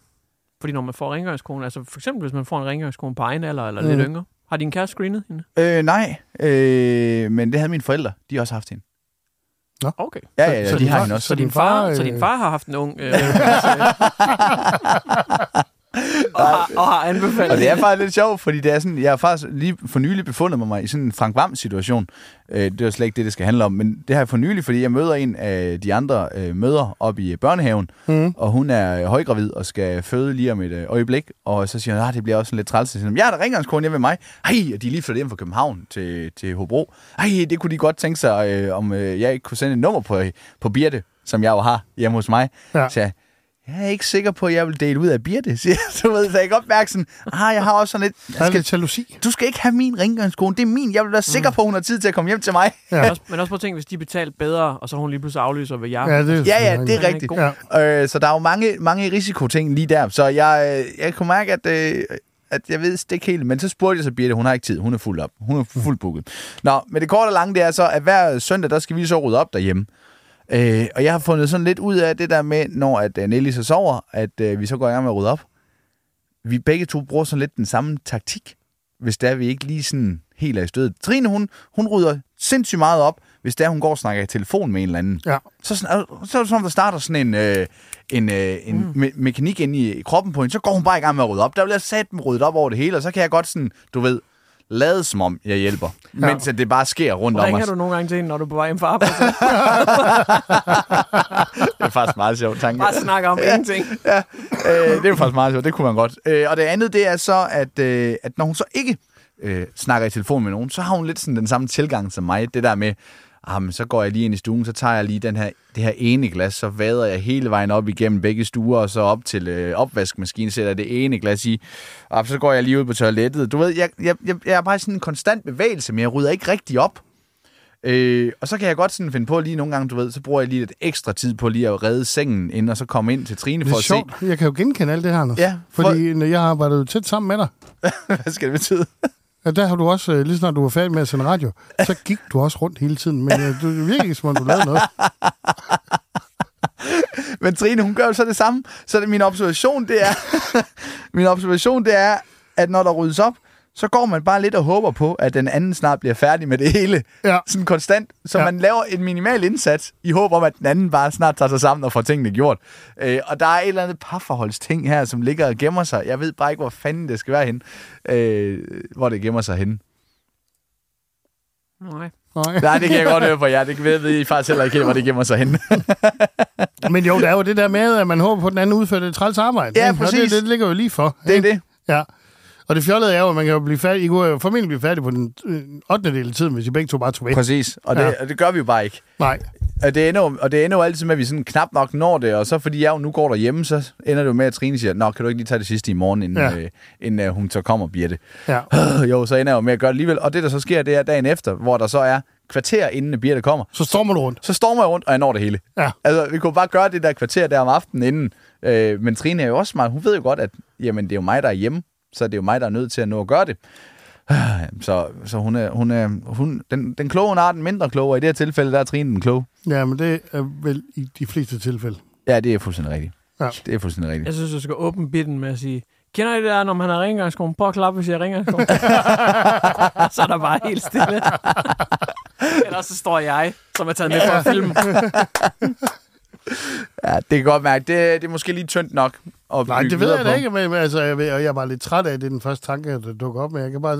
Speaker 5: Fordi når man får rengøringskone, altså for eksempel hvis man får en rengøringskone på egen alder eller mm. lidt
Speaker 2: Mm.
Speaker 5: yngre, har din kæreste screenet hende?
Speaker 2: Øh, nej, øh, men det havde mine forældre. De har også haft hende.
Speaker 3: Nå.
Speaker 5: Okay.
Speaker 2: Ja, ja, ja, de har hende også.
Speaker 5: Så din far, så din far har haft en
Speaker 2: [laughs]
Speaker 5: ung... Øh, rengøringskone. og, har, og har anbefalet
Speaker 2: Og det er
Speaker 5: hende.
Speaker 2: faktisk lidt sjovt, fordi det er sådan, jeg har faktisk lige for nylig befundet mig i sådan en Frank Vam-situation. Øh, det er jo slet ikke det, det skal handle om, men det har jeg for nylig, fordi jeg møder en af de andre øh, møder op i øh, børnehaven, mm. og hun er øh, højgravid og skal føde lige om et øh, øjeblik, og så siger hun, at det bliver også sådan lidt træls. Så siger hun, jeg er der rengøringskone hjemme med mig. Ej, og de er lige flyttet hjem fra København til, til Hobro. Ej, det kunne de godt tænke sig, øh, om øh, jeg ikke kunne sende et nummer på, øh, på Birte, som jeg jo har hjemme hos mig.
Speaker 3: Ja.
Speaker 2: Ja. Så jeg, jeg er ikke sikker på, at jeg vil dele ud af Birte, [laughs] siger jeg. Så, ved, jeg, så jeg kan godt mærke sådan, ah, jeg har også sådan lidt...
Speaker 3: Der er
Speaker 2: Jeg skal, [laughs]
Speaker 3: lidt jalousi.
Speaker 2: du skal ikke have min rengøringskone, det er min. Jeg vil være
Speaker 3: Mm.
Speaker 2: sikker på, at hun har tid til at komme hjem til mig.
Speaker 5: Men
Speaker 3: Ja.
Speaker 5: også, men også på ting, hvis de betaler bedre, og så hun lige pludselig aflyser, hvad jeg...
Speaker 3: Ja, det er
Speaker 2: Ja, ja,
Speaker 3: selvfølgelig
Speaker 2: det er rigtigt. Ja. Øh, så der er jo mange, mange risikoting lige der. Så jeg, øh, jeg kunne mærke, at, øh, at jeg ved det ikke helt. Men så spurgte jeg så Birte, hun har ikke tid. Hun er fuld op. Hun
Speaker 3: Mm.
Speaker 2: er fuld booket. Nå, men det korte og lange, det er så, at hver søndag, der skal vi så rydde op derhjemme. Øh, og jeg har fundet sådan lidt ud af det der med, når at øh, Nelly så sover, at øh, vi så går i gang med at rydde op. Vi begge to bruger sådan lidt den samme taktik, hvis der vi ikke lige sådan helt er i stødet. Trine, hun, hun rydder sindssygt meget op, hvis der hun går og snakker i telefon med en eller anden.
Speaker 3: Ja.
Speaker 2: Så, sådan, altså, så er det som, om, der starter sådan en, øh, en, øh, en mm. me- mekanik ind i kroppen på hende, så går hun bare i gang med at rydde op. Der bliver sat dem ryddet op over det hele, og så kan jeg godt sådan, du ved, lade som om, jeg hjælper, ja. mens at det bare sker rundt om
Speaker 5: Ringer
Speaker 2: os.
Speaker 5: du nogle gange til hende, når du er på vej hjem fra arbejde? så
Speaker 2: Det er faktisk meget sjovt tanke.
Speaker 5: Bare snakker om ingenting.
Speaker 2: [laughs] ja, øh, det er jo faktisk meget sjovt. Det kunne man godt. Øh, og det andet, det er så, at, øh, at når hun så ikke øh, snakker i telefon med nogen, så har hun lidt sådan den samme tilgang som mig. Det der med, ah, men så går jeg lige ind i stuen, så tager jeg lige den her, det her ene glas, så vader jeg hele vejen op igennem begge stuer, og så op til øh, opvaskemaskinen, sætter jeg det ene glas i, og så går jeg lige ud på toilettet. Du ved, jeg, jeg, jeg, jeg er bare i sådan en konstant bevægelse, men jeg rydder ikke rigtig op. Øh, og så kan jeg godt sådan finde på lige nogle gange, du ved, så bruger jeg lige lidt ekstra tid på lige at redde sengen, inden og så komme ind til Trine
Speaker 3: Det
Speaker 2: for
Speaker 3: er
Speaker 2: at se,
Speaker 3: sjovt. Jeg kan jo genkende alt det her, Anders.
Speaker 2: Ja, for-
Speaker 3: Fordi når jeg har arbejdet jo tæt sammen med dig,
Speaker 2: hvad skal det betyde?
Speaker 3: ja, der har du også, øh, lige snart du var færdig med at sende radio, så gik du også rundt hele tiden. Men øh, du det virker ikke, som om du
Speaker 2: [laughs]
Speaker 3: lavede noget.
Speaker 2: Men Trine, hun gør jo så det samme. Så det, min observation, det er, [laughs] min observation, det er, at når der ryddes op, så går man bare lidt og håber på, at den anden snart bliver færdig med det hele.
Speaker 3: Ja.
Speaker 2: Sådan konstant. Så
Speaker 3: Ja.
Speaker 2: ja. man laver en minimal indsats i håb om, at den anden bare snart tager sig sammen og får tingene gjort. Øh, og der er et eller andet parforholdsting her, som ligger og gemmer sig. Jeg ved bare ikke, hvor fanden det skal være henne. Øh, hvor det gemmer sig henne.
Speaker 5: Nej.
Speaker 3: Nej.
Speaker 2: Nej, det kan jeg godt høre på jer. Det ved- ved I faktisk heller ikke helt, hvor det gemmer sig henne.
Speaker 3: Men jo, der er jo det der med, at man håber på, at den anden udfører det træls arbejde.
Speaker 2: Ja,
Speaker 3: ikke? Og
Speaker 2: præcis.
Speaker 3: Det, det ligger jo lige for.
Speaker 2: Det er
Speaker 3: ikke?
Speaker 2: det.
Speaker 3: Ja. Og det fjollede er jo, at man kan jo blive færdig. I kunne jo formentlig blive færdig på den øh, 8. del af tiden, hvis I begge to bare tog væk.
Speaker 2: Præcis. Og det,
Speaker 3: Ja.
Speaker 2: ja. og det gør vi jo bare ikke.
Speaker 3: Nej.
Speaker 2: Og det, ender jo, og det ender jo altid med, at vi sådan knap nok når det, og så fordi jeg jo nu går derhjemme, så ender det jo med, at Trine siger, nå, kan du ikke lige tage det sidste i morgen, inden,
Speaker 3: Ja.
Speaker 2: ja. øh, inden øh, hun så kommer, Birte? [sighs]
Speaker 3: Ja.
Speaker 2: Øh, jo, så ender jeg jo med at gøre det alligevel. Og det, der så sker, det er dagen efter, hvor der så er kvarter, inden at Birte kommer.
Speaker 3: Så stormer du rundt.
Speaker 2: Så stormer jeg rundt, og jeg når det hele.
Speaker 3: Ja.
Speaker 2: Altså, vi kunne bare gøre det der kvarter der om aftenen inden. Øh, men Trine er jo også smart. Hun ved jo godt, at jamen, det er jo mig, der er hjemme, så det er jo mig, der er nødt til at nå at gøre det. [sighs] Så, så hun er, hun er hun, den, den kloge hun er den mindre kloge, og i det her tilfælde, der er Trine den kloge.
Speaker 3: Ja, men det er vel i de fleste tilfælde.
Speaker 2: Ja, det er fuldstændig rigtigt.
Speaker 3: Ja.
Speaker 2: Det er fuldstændig rigtigt.
Speaker 5: Jeg synes, du skal åbne bitten med at sige, kender I det der, når man har rengøringskone? Prøv at klappe, hvis jeg har rengøringskone. [laughs] så er der bare helt
Speaker 2: [laughs]
Speaker 5: stille. Ellers så står jeg, som er taget med for at filme.
Speaker 2: Ja, det kan godt mærke. Det, det er måske lige tyndt nok. At
Speaker 3: Nej,
Speaker 2: bygge
Speaker 3: det ved
Speaker 2: videre
Speaker 3: jeg
Speaker 2: på.
Speaker 3: da ikke, men men altså, jeg, ved- og jeg var lidt træt af, at det er den første tanke, der dukker op, men jeg kan bare...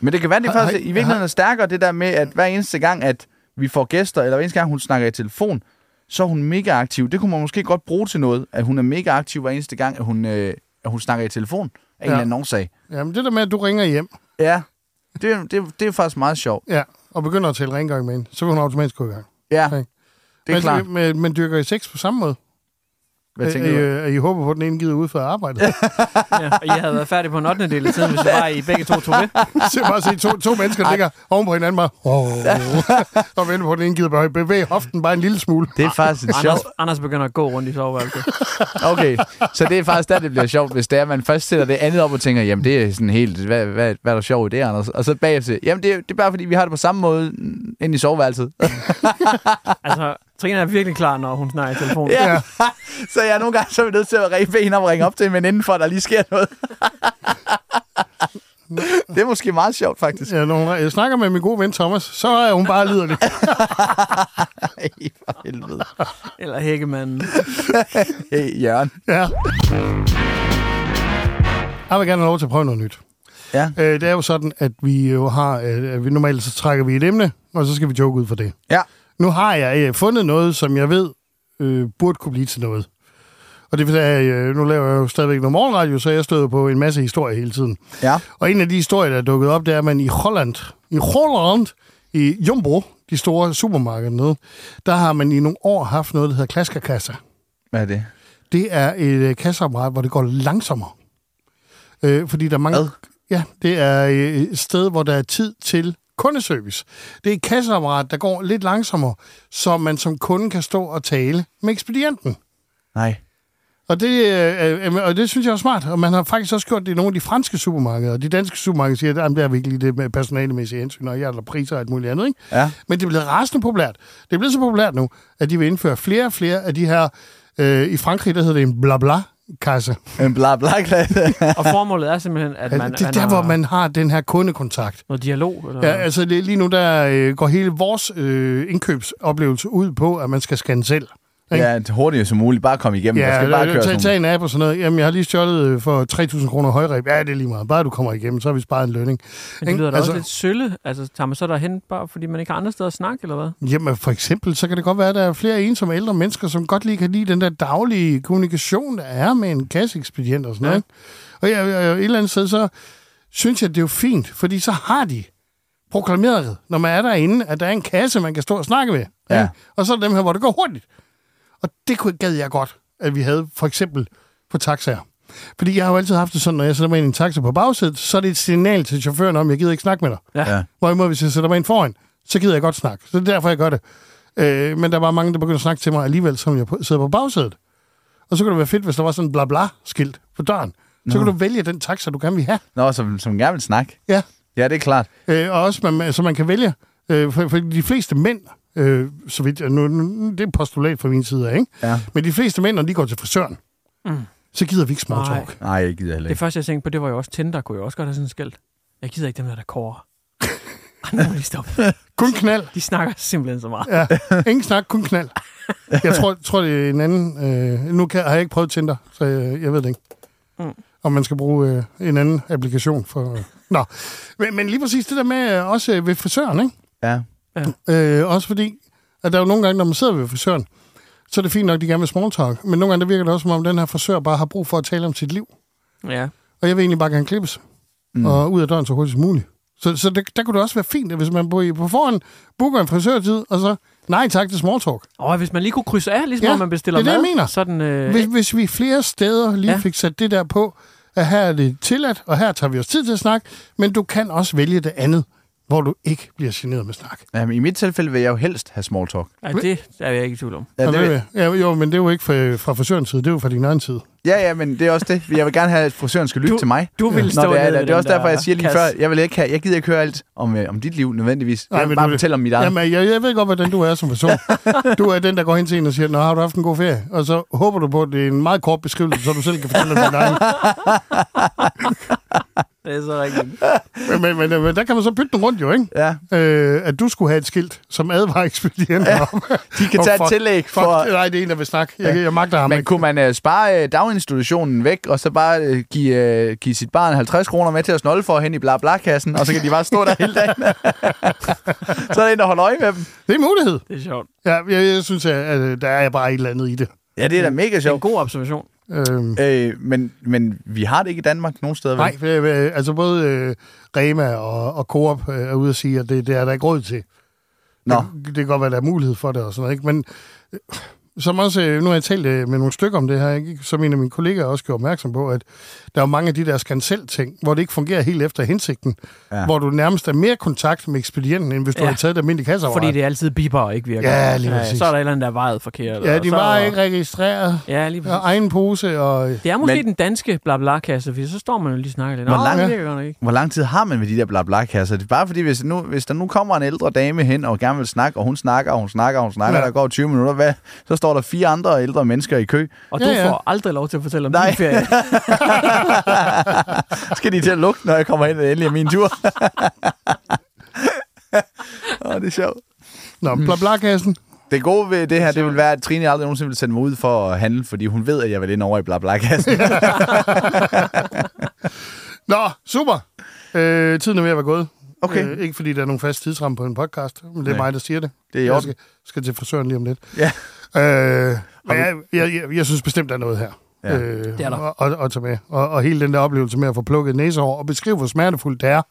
Speaker 2: Men det kan være, det
Speaker 3: Har-
Speaker 2: faktisk
Speaker 3: har-
Speaker 2: i virkeligheden er stærkere, det der med, at hver eneste gang, at vi får gæster, eller hver eneste gang, hun snakker i telefon, så er hun mega aktiv. Det kunne man måske godt bruge til noget, at hun er mega aktiv hver eneste gang, at hun, øh, at hun snakker i telefon. Af ja. en
Speaker 3: Ja.
Speaker 2: eller anden årsag.
Speaker 3: Jamen, det der med, at du ringer hjem.
Speaker 2: Ja, det, det, det er faktisk meget sjovt.
Speaker 3: Ja, og begynder at tale rengøring med hende, så vil hun automatisk gå i gang.
Speaker 2: Ja,
Speaker 3: Okay.
Speaker 2: det er
Speaker 3: men,
Speaker 2: klart.
Speaker 3: Men, men dyrker I sex på samme måde?
Speaker 2: Hvad tænker
Speaker 3: Øh,
Speaker 2: du?
Speaker 3: øh, I, håber på, at den ene gider ud fra arbejdet. [laughs]
Speaker 5: Ja, og jeg havde været færdig på en 8. del af tiden, hvis det var I begge to tog med.
Speaker 3: Se bare se to, to mennesker, der ligger oven på hinanden bare, oh, [laughs] og venter på, at den ene gider bare bevæge hoften bare en lille smule.
Speaker 2: Det er faktisk en sjov...
Speaker 5: Anders, Anders begynder at gå rundt i soveværelset.
Speaker 3: [laughs]
Speaker 2: Okay, så det er faktisk der, det bliver sjovt, hvis det er, at man først sætter det andet op og tænker, jamen det er sådan helt, hvad, hvad, hvad er der sjovt i det, Anders? Og så bagefter, jamen det, er- det er bare fordi, vi har det på samme måde mm, inde i soveværelset.
Speaker 5: Altså, Trine er virkelig klar, når hun snakker i telefonen.
Speaker 2: Ja. [laughs] så jeg er nogle gange så er vi nødt til at ringe- bede hende om at ringe op til en veninde, for at der lige sker noget. [laughs] det er måske meget sjovt, faktisk.
Speaker 3: Ja, når hun, jeg snakker med min gode ven Thomas, så er hun bare liderlig.
Speaker 2: Ej, for helvede.
Speaker 5: Eller hækkemanden.
Speaker 2: Hey, Jørgen.
Speaker 3: Ja. Jeg vil gerne have lov til at prøve noget nyt.
Speaker 2: Ja.
Speaker 3: Øh, det er jo sådan, at vi jo har, øh, at vi normalt så trækker vi et emne, og så skal vi joke ud for det.
Speaker 2: Ja.
Speaker 3: Nu har jeg øh, fundet noget, som jeg ved øh, burde kunne blive til noget. Og det vil sige, at øh, nu laver jeg jo stadigvæk noget morgenradio, så jeg støder på en masse historier hele tiden.
Speaker 2: Ja.
Speaker 3: Og en af de historier, der er dukket op, det er, at man i Holland, i Holland, i Jumbo, de store supermarkeder nede, der har man i nogle år haft noget, der hedder klaskerkasser.
Speaker 2: Hvad er det?
Speaker 3: Det er et øh, kasseapparat, hvor det går langsommere. Øh, fordi der er mange... Ja, det er øh, et sted, hvor der er tid til kundeservice. Det er et kasseapparat, der går lidt langsommere, så man som kunde kan stå og tale med ekspedienten.
Speaker 2: Nej.
Speaker 3: Og det, øh, øh, og det synes jeg er smart. Og man har faktisk også gjort det i nogle af de franske supermarkeder. Og de danske supermarkeder siger, at "Jamen, der er virkelig det med personalemæssige hensyn, og jeg der priser og alt muligt andet. Ikke?
Speaker 2: Ja.
Speaker 3: Men det er blevet rasende populært. Det er blevet så populært nu, at de vil indføre flere og flere af de her... Øh, I Frankrig, der hedder det en blabla-kasse.
Speaker 2: En bla bla
Speaker 5: Og formålet er simpelthen, at man...
Speaker 3: det er
Speaker 5: man
Speaker 3: der,
Speaker 5: har
Speaker 3: hvor man har den her kundekontakt.
Speaker 5: Noget dialog? Eller?
Speaker 3: Ja, altså det- lige nu der øh, går hele vores øh, indkøbsoplevelse ud på, at man skal scanne selv. Ikke?
Speaker 2: Ja, hurtigt som muligt. Bare kom igennem. Ja, skal bare køre
Speaker 3: øh, tag,
Speaker 2: sådan
Speaker 3: tag
Speaker 2: nogle-
Speaker 3: en app og sådan noget. Jamen, jeg har lige stjålet øh, for 3.000 kroner højreb. Ja, det er lige meget. Bare du kommer igennem, så har vi sparet en lønning.
Speaker 5: Men det lyder da altså... også lidt sølle. Altså, tager man så derhen, bare fordi man ikke har andre steder at snakke, eller hvad?
Speaker 3: Jamen, for eksempel, så kan det godt være, at der er flere ensomme ældre mennesker, som godt lige kan lide den der daglige kommunikation, der er med en kasseekspedient og sådan noget. ikke? Og jeg, jeg, jeg, et eller andet sted, så synes jeg, det er jo fint, fordi så har de proklameret, når man er derinde, at der er en kasse, man kan stå og snakke med.
Speaker 2: Ja.
Speaker 3: ikke? Og så er der dem her, hvor det går hurtigt. Og det kunne, gad jeg godt, at vi havde for eksempel på taxaer. Fordi jeg har jo altid haft det sådan, når jeg sætter mig ind i en taxa på bagsædet, så er det et signal til chaufføren om, jeg gider ikke snakke med dig.
Speaker 2: Ja.
Speaker 3: Hvorimod, hvis jeg sætter mig ind foran, så gider jeg godt snakke. Så det er derfor, jeg gør det. Øh, men der var mange, der begyndte at snakke til mig alligevel, som jeg på, sidder på bagsædet. Og så kunne det være fedt, hvis der var sådan en bla-bla-skilt på døren. Så
Speaker 2: Nå.
Speaker 3: kunne du vælge den taxa, du gerne vil have.
Speaker 2: Nå, som, som gerne vil snakke.
Speaker 3: Ja.
Speaker 2: Ja, det er klart.
Speaker 3: Øh, og også, man, så man kan vælge. Øh, for, for de fleste mænd, øh, så vidt, jeg- nu, nu, det er et postulat fra min side af, ikke?
Speaker 2: Ja.
Speaker 3: Men de fleste mænd, når de går til frisøren,
Speaker 5: Mm.
Speaker 3: så gider vi ikke small
Speaker 5: Nej.
Speaker 3: talk.
Speaker 2: Nej, jeg gider heller
Speaker 5: Det
Speaker 2: ikke.
Speaker 5: første, jeg tænkte på, det var jo også Tinder, kunne jeg også godt have sådan en skæld. Jeg gider ikke dem der, der
Speaker 3: [laughs]
Speaker 5: kårer. Ej, nu må de stoppe.
Speaker 3: Kun knald.
Speaker 5: De snakker simpelthen så meget.
Speaker 2: [laughs]
Speaker 3: Ja, ingen snak, kun knald. Jeg tror, tror det er en anden... Øh, nu kan, har jeg ikke prøvet Tinder, så jeg, jeg ved det ikke.
Speaker 5: Mm.
Speaker 3: Mm. Om man skal bruge øh, en anden applikation for... Øh. Nå, men, men lige præcis det der med øh, også øh, ved frisøren, ikke?
Speaker 2: Ja.
Speaker 3: Øh, også fordi, at der er jo nogle gange, når man sidder ved frisøren, så er det fint nok, de gerne vil small talk. Men nogle gange der virker det også, som om den her frisør bare har brug for at tale om sit liv.
Speaker 5: Ja.
Speaker 3: Og jeg vil egentlig bare gerne klippes. Mm. Og ud af døren så hurtigt som muligt. Så, så det, der kunne det også være fint, at hvis man på, på forhånd booker en frisørtid, og så nej tak til small talk.
Speaker 5: Og hvis man lige kunne krydse af, ligesom ja,
Speaker 3: Ja,
Speaker 5: når man bestiller
Speaker 3: det er det, jeg
Speaker 5: mad,
Speaker 3: mener.
Speaker 5: sådan... Øh,
Speaker 3: Hvis, hvis vi flere steder lige
Speaker 5: Ja.
Speaker 3: ja. fik sat det der på, at her er det tilladt, og her tager vi os tid til at snakke, men du kan også vælge det andet, hvor du ikke bliver generet med snak.
Speaker 2: Jamen, I mit tilfælde vil jeg jo helst have small talk.
Speaker 5: ja, det er jeg ikke i tvivl om.
Speaker 2: Ja,
Speaker 3: Ja,
Speaker 2: det vil,
Speaker 3: det ja, jo, men det er jo ikke fra, fra frisørens side, det er jo fra din egen side.
Speaker 2: Ja, ja, men det er også det. Jeg vil gerne have, at frisøren skal lytte
Speaker 5: Du-
Speaker 2: til mig.
Speaker 5: du vil
Speaker 2: Når
Speaker 5: stå
Speaker 2: det er,
Speaker 5: nede
Speaker 2: der.
Speaker 5: ved
Speaker 2: Det er også
Speaker 5: den
Speaker 2: derfor,
Speaker 5: der
Speaker 2: jeg siger lige
Speaker 5: kasse.
Speaker 2: før, jeg, vil ikke have, jeg gider ikke høre alt om, øh, om dit liv nødvendigvis.
Speaker 3: Nej,
Speaker 2: jeg vil
Speaker 3: men
Speaker 2: bare
Speaker 3: du-
Speaker 2: fortælle om mit eget.
Speaker 3: Jamen, jeg, jeg ved godt, hvordan du er som person. Du er den, der går hen til en og siger, Nå, har du haft en god ferie? Og så
Speaker 2: [laughs]
Speaker 3: håber du på, at det er en meget kort beskrivelse, så du selv kan fortælle om din egen.
Speaker 5: Det er så rigtigt.
Speaker 3: men, men, men, men der kan man så bytte den rundt jo, ikke?
Speaker 2: Ja.
Speaker 3: Øh, at du skulle have et skilt, som advarer ekspedienter ja. om.
Speaker 2: De kan
Speaker 3: om
Speaker 2: tage et
Speaker 3: fuck-
Speaker 2: tillæg
Speaker 3: fuck,
Speaker 2: for-
Speaker 3: Nej, det er en, der vil snakke. Jeg, jeg magter ham
Speaker 2: Men
Speaker 3: ikke.
Speaker 2: kunne man øh, spare øh, daginstitutionen væk, og så bare øh, give, øh, give sit barn 50 kroner med til at snolde for hen i bla bla kassen og så kan de bare stå der hele dagen? så er der en, der holder øje med dem.
Speaker 3: Det er en mulighed.
Speaker 5: Det er sjovt.
Speaker 3: Ja, jeg, jeg synes, at, at der er bare et eller andet i det.
Speaker 2: Ja, det er da mega sjovt.
Speaker 5: God observation.
Speaker 3: Øhm,
Speaker 2: Øh, men, men vi har det ikke i Danmark nogen steder. vel?
Speaker 3: nej, for, øh, altså både øh, Rema og, og Coop øh, er ude at sige, at det, det er der ikke råd til.
Speaker 2: Nå.
Speaker 3: Det, det kan godt være, der er mulighed for det og sådan noget, ikke? Men øh, som også, øh, nu har jeg talt øh, med nogle stykker om det her, ikke? som en af mine kollegaer også gjorde opmærksom på, at der er jo mange af de der skanselting, hvor det ikke fungerer helt efter hensigten, ja. hvor du nærmest er mere kontakt med ekspedienten, end hvis du
Speaker 5: Ja.
Speaker 3: ja. har taget det almindelige kasseapparat.
Speaker 5: Fordi det er altid biber og ikke virker.
Speaker 3: Ja, lige præcis.
Speaker 5: så er der et eller andet, der er vejet forkert.
Speaker 3: Ja,
Speaker 5: og
Speaker 3: de
Speaker 5: så-
Speaker 3: var ikke registreret.
Speaker 5: Ja, lige præcis.
Speaker 3: Og egen pose og... øh,
Speaker 5: Det er måske
Speaker 2: Men-
Speaker 5: Men... den danske bla bla kasse, for så står man jo lige og snakker lidt.
Speaker 2: Hvor
Speaker 5: Nå,
Speaker 2: lang-
Speaker 5: det virker godt nok ikke.
Speaker 2: Hvor lang tid har man med de der bla bla kasser? Det er bare fordi, hvis, nu, hvis der nu kommer en ældre dame hen og gerne vil snakke, og hun snakker, og hun snakker, og hun snakker, ja.
Speaker 3: Ja.
Speaker 2: og der går 20 minutter, hvad? så står der fire andre ældre mennesker i kø.
Speaker 5: Og
Speaker 3: Ja,
Speaker 5: du
Speaker 3: ja.
Speaker 5: får aldrig lov til at fortælle om
Speaker 2: Nej.
Speaker 5: din
Speaker 3: [laughs]
Speaker 5: ferie.
Speaker 2: Skal de til at lukke, når jeg kommer ind, og det endelig er min
Speaker 3: [laughs]
Speaker 2: tur? Åh, det er sjovt.
Speaker 3: Nå,
Speaker 5: Mm.
Speaker 3: bla bla kassen.
Speaker 2: Det gode ved det her, det vil være, at Trine aldrig nogensinde vil sende mig ud for at handle, fordi hun ved, at jeg vil ind over i bla bla
Speaker 3: [laughs]
Speaker 2: kassen.
Speaker 3: Nå, super. Øh, tiden er ved at være gået.
Speaker 2: Okay.
Speaker 3: Øh, ikke fordi der er nogen fast tidsramme på en podcast, men det er
Speaker 2: Nej.
Speaker 3: mig, der siger det.
Speaker 2: Det er i
Speaker 3: jeg
Speaker 2: orden.
Speaker 3: skal, skal til frisøren lige om lidt.
Speaker 2: ja.
Speaker 3: Øh, men jeg, jeg, jeg, jeg synes bestemt, der er noget her.
Speaker 2: Ja.
Speaker 3: Øh,
Speaker 5: Det er der.
Speaker 3: Og, og, og tage med. Og, og hele den der oplevelse med at få plukket næsehår, og beskrive, hvor smertefuldt det er.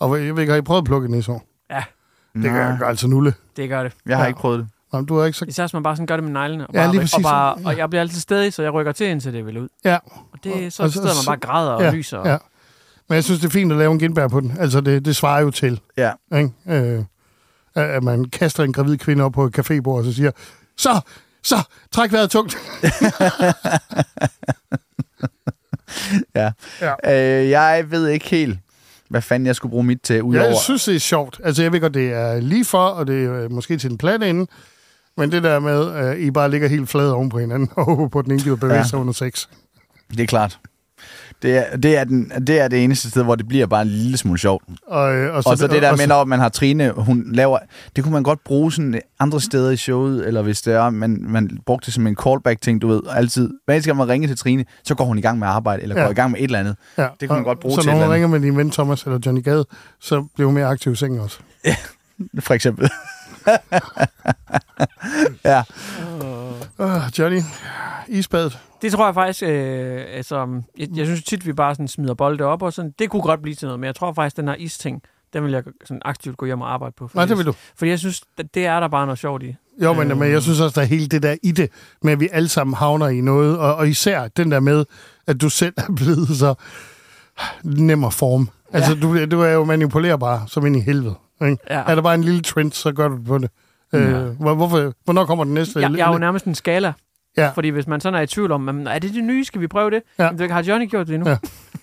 Speaker 3: Og hvor- jeg ved ikke, har I prøvet at plukke et næsehår?
Speaker 5: Ja,
Speaker 3: Det gør, gør altså nulle.
Speaker 5: det gør det.
Speaker 2: Jeg har ikke prøvet det.
Speaker 3: Nå, men du har ikke så...
Speaker 5: Især hvis man bare sådan gør det med neglene. Og
Speaker 3: Ja,
Speaker 5: bare,
Speaker 3: lige præcis.
Speaker 5: Og, bare, og jeg bliver altid stedig, så jeg rykker til, indtil det vil ud.
Speaker 3: Ja.
Speaker 5: Og det, så
Speaker 3: Og- og-
Speaker 5: sidder man bare og græder og
Speaker 3: ja,
Speaker 5: lyser.
Speaker 3: Ja. Men jeg synes, det er fint at lave en genbær på den. Altså, det, det svarer jo til.
Speaker 2: Ja.
Speaker 3: Ikke? Øh, at at man kaster en gravid kvinde op på et cafébord, og så siger, så, så, træk vejret tungt.
Speaker 2: ja.
Speaker 3: Ja.
Speaker 2: Øh, jeg ved ikke helt, hvad fanden jeg skulle bruge mit til, udover...
Speaker 3: Jeg synes, det er sjovt. Altså, jeg ved godt, det er lige for, og det er øh, måske til den platte ende. Men det der med, at I bare ligger helt flade oven på hinanden, [laughs] og håber på, at den ene gider bevæge
Speaker 2: Ja.
Speaker 3: sig under sex.
Speaker 2: Det er klart. Det er, det, er den, det er det eneste sted, hvor det bliver bare en lille smule sjovt.
Speaker 3: Og, øh,
Speaker 2: Og så det der
Speaker 3: og
Speaker 2: med, når man har Trine, hun laver... Det kunne man godt bruge sådan andre steder i showet, eller hvis det er, man, man brugte det som en callback-ting, du ved, altid. Hver eneste gang man ringer til Trine, så går hun i gang med at arbejde, eller ja.
Speaker 3: Ja.
Speaker 2: går i gang med et eller andet.
Speaker 3: ja,
Speaker 2: det kunne man
Speaker 3: og-
Speaker 2: godt bruge
Speaker 3: Så
Speaker 2: til
Speaker 3: når
Speaker 2: et eller
Speaker 3: nogen ringer med din ven Thomas eller Johnny Gade, så bliver hun mere aktiv i sengen også.
Speaker 2: For [laughs] eksempel. ja.
Speaker 3: Øh, Johnny, isbadet.
Speaker 5: Det tror jeg faktisk, øh, altså, jeg, jeg synes tit, vi bare sådan smider bolde op, og sådan, det kunne godt blive til noget, men jeg tror faktisk, den her isting, den vil jeg sådan aktivt gå hjem og arbejde på.
Speaker 3: Nej, det vil du.
Speaker 5: Fordi jeg synes, at det er der bare noget sjovt i.
Speaker 3: Jo, men, men
Speaker 5: Øhm.
Speaker 3: jeg synes også, der er hele det der i det, med at vi alle sammen havner i noget, og, og især den der med, at du selv er blevet så nem at forme. Altså, du, du er jo manipulerbar, som ind i helvede. Ikke?
Speaker 5: Ja.
Speaker 3: Er der bare en lille trend, så gør du det på det. Øh, hvor, hvorfor, hvornår kommer den næste?
Speaker 5: Jeg, jeg er jo nærmest en skala,
Speaker 3: ja.
Speaker 5: fordi hvis man sådan er i tvivl om, "Jamen, er det det nye, skal vi prøve det?
Speaker 3: Ja.
Speaker 5: Ja. Jamen, har Johnny gjort det endnu?
Speaker 3: Ja.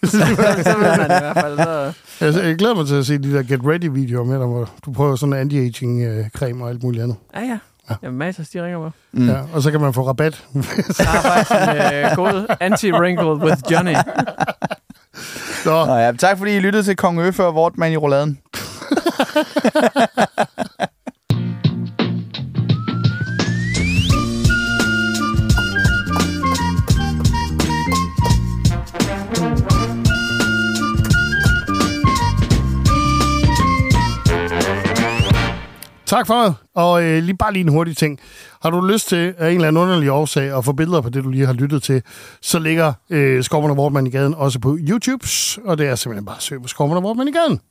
Speaker 5: Ja. [laughs] så, så ved man i hvert fald. Så.
Speaker 3: [laughs] Altså, jeg glæder mig til at se de der Get Ready-videoer med dig, hvor du prøver sådan anti-aging-creme og alt muligt andet.
Speaker 5: Ja, ja. Jamen, Matas, de ringer mig.
Speaker 3: Mm. Ja, og så kan man få rabat.
Speaker 5: Jeg har faktisk en øh, god anti-wrinkle with Johnny.
Speaker 3: Nå,
Speaker 2: Nå, ja. Tak fordi I lyttede til Kong Ø før Vortmann i rouladen.
Speaker 3: Tak for det. Og øh, lige, bare lige en hurtig ting. Har du lyst til af en eller anden underlig årsag at få billeder på det, du lige har lyttet til, så ligger øh, Skovmund og Vortmann i gaden også på YouTube, og det er simpelthen bare at søge på Skovmund og Vortmann i gaden.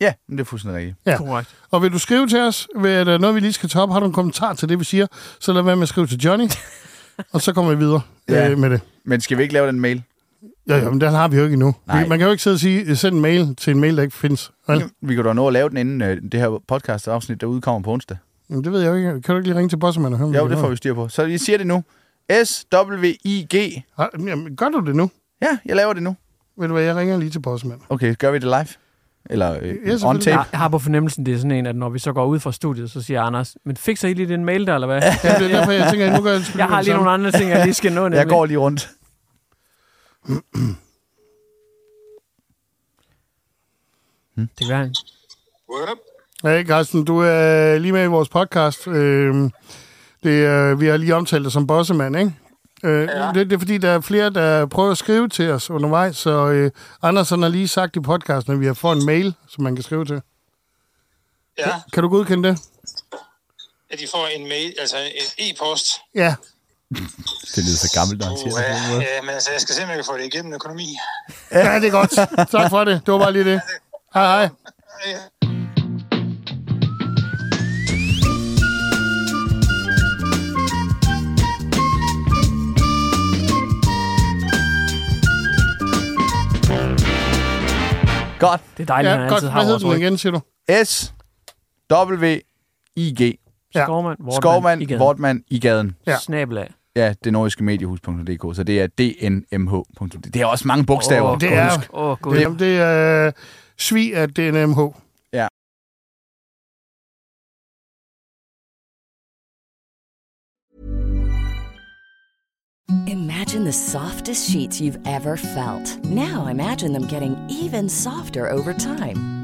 Speaker 2: Ja, men det er fuldstændig rigtigt.
Speaker 3: Ja.
Speaker 5: Korrekt.
Speaker 3: Og vil du skrive til os, ved, er der noget, vi lige skal tage op? Har du en kommentar til det, vi siger? Så lad være med at skrive til
Speaker 2: [laughs]
Speaker 3: Johnny, og så kommer vi videre
Speaker 2: Ja.
Speaker 3: ja. øh, med det.
Speaker 2: Men skal vi ikke lave den mail?
Speaker 3: Jo, jo, men den har vi jo ikke endnu.
Speaker 2: Nej.
Speaker 3: Vi, man kan jo ikke sidde og sige, øh, send en mail til en mail, der ikke findes. Vel?
Speaker 2: Vi kan da nå at lave den, inden øh, det her podcast-afsnit, der udkommer på onsdag.
Speaker 3: Jamen, det ved jeg jo ikke. Kan du ikke lige ringe til Bossman og høre, om
Speaker 2: Jo,
Speaker 3: vi
Speaker 2: det
Speaker 3: kan
Speaker 2: får
Speaker 3: nå
Speaker 2: vi styr på. Så vi siger det nu. S-W-I-G.
Speaker 3: Har- Jamen, gør du det nu?
Speaker 2: Ja, jeg laver det nu.
Speaker 3: Ved du hvad, jeg ringer lige til Bossman.
Speaker 2: Okay, gør vi det live? Eller øh,
Speaker 3: selvfølgelig.
Speaker 2: on tape?
Speaker 5: Jeg, jeg har på fornemmelsen, det er sådan en, at når vi så går ud fra studiet, så siger Anders, men fikser I lige den mail der, eller hvad?
Speaker 3: Ja, det er derfor, jeg tænker, at nu gør jeg det
Speaker 5: Jeg har lige nogle andre ting, jeg lige skal nå. Nemlig.
Speaker 2: Jeg går lige rundt.
Speaker 5: Hmm. Det gør han.
Speaker 3: Hey, Carsten, du er lige med i vores podcast. Øhm, det, øh, vi har lige omtalt dig som bossemand, ikke? Øh, ja. det, det er fordi, der er flere, der prøver at skrive til os undervejs, så øh, Andersen har lige sagt i podcasten, at vi har fået en mail, som man kan skrive til.
Speaker 8: Ja.
Speaker 3: Kan, kan du godkende det?
Speaker 8: At de får en mail, altså en e-post.
Speaker 3: Ja.
Speaker 2: Det lyder så gammelt, når han siger
Speaker 8: Uh,
Speaker 2: det på den måde.
Speaker 8: ja, men altså, jeg skal se, om jeg kan få det igennem økonomi.
Speaker 3: Ja, det er godt. Tak for det. Det var bare lige det. Hej, hej.
Speaker 2: Godt.
Speaker 5: Det er dejligt,
Speaker 3: Ja, han godt. altid har Hvad hed vores den ryg. igen, siger du?
Speaker 2: S. W. I. G.
Speaker 5: Ja. Skovmand, Wortmann,
Speaker 2: Skovmand,
Speaker 5: I Gaden.
Speaker 2: Wortmann, I gaden.
Speaker 5: Ja. Snabel af.
Speaker 2: Ja, det nordiske mediehus.dk, så det er dnmh.dk. Det er også mange bogstaver.
Speaker 3: Åh, det er,
Speaker 5: oh,
Speaker 3: det, er- det er øh, svig af DNMH.
Speaker 2: Ja.
Speaker 9: Imagine the softest sheets you've ever felt. Now imagine them getting even softer over time.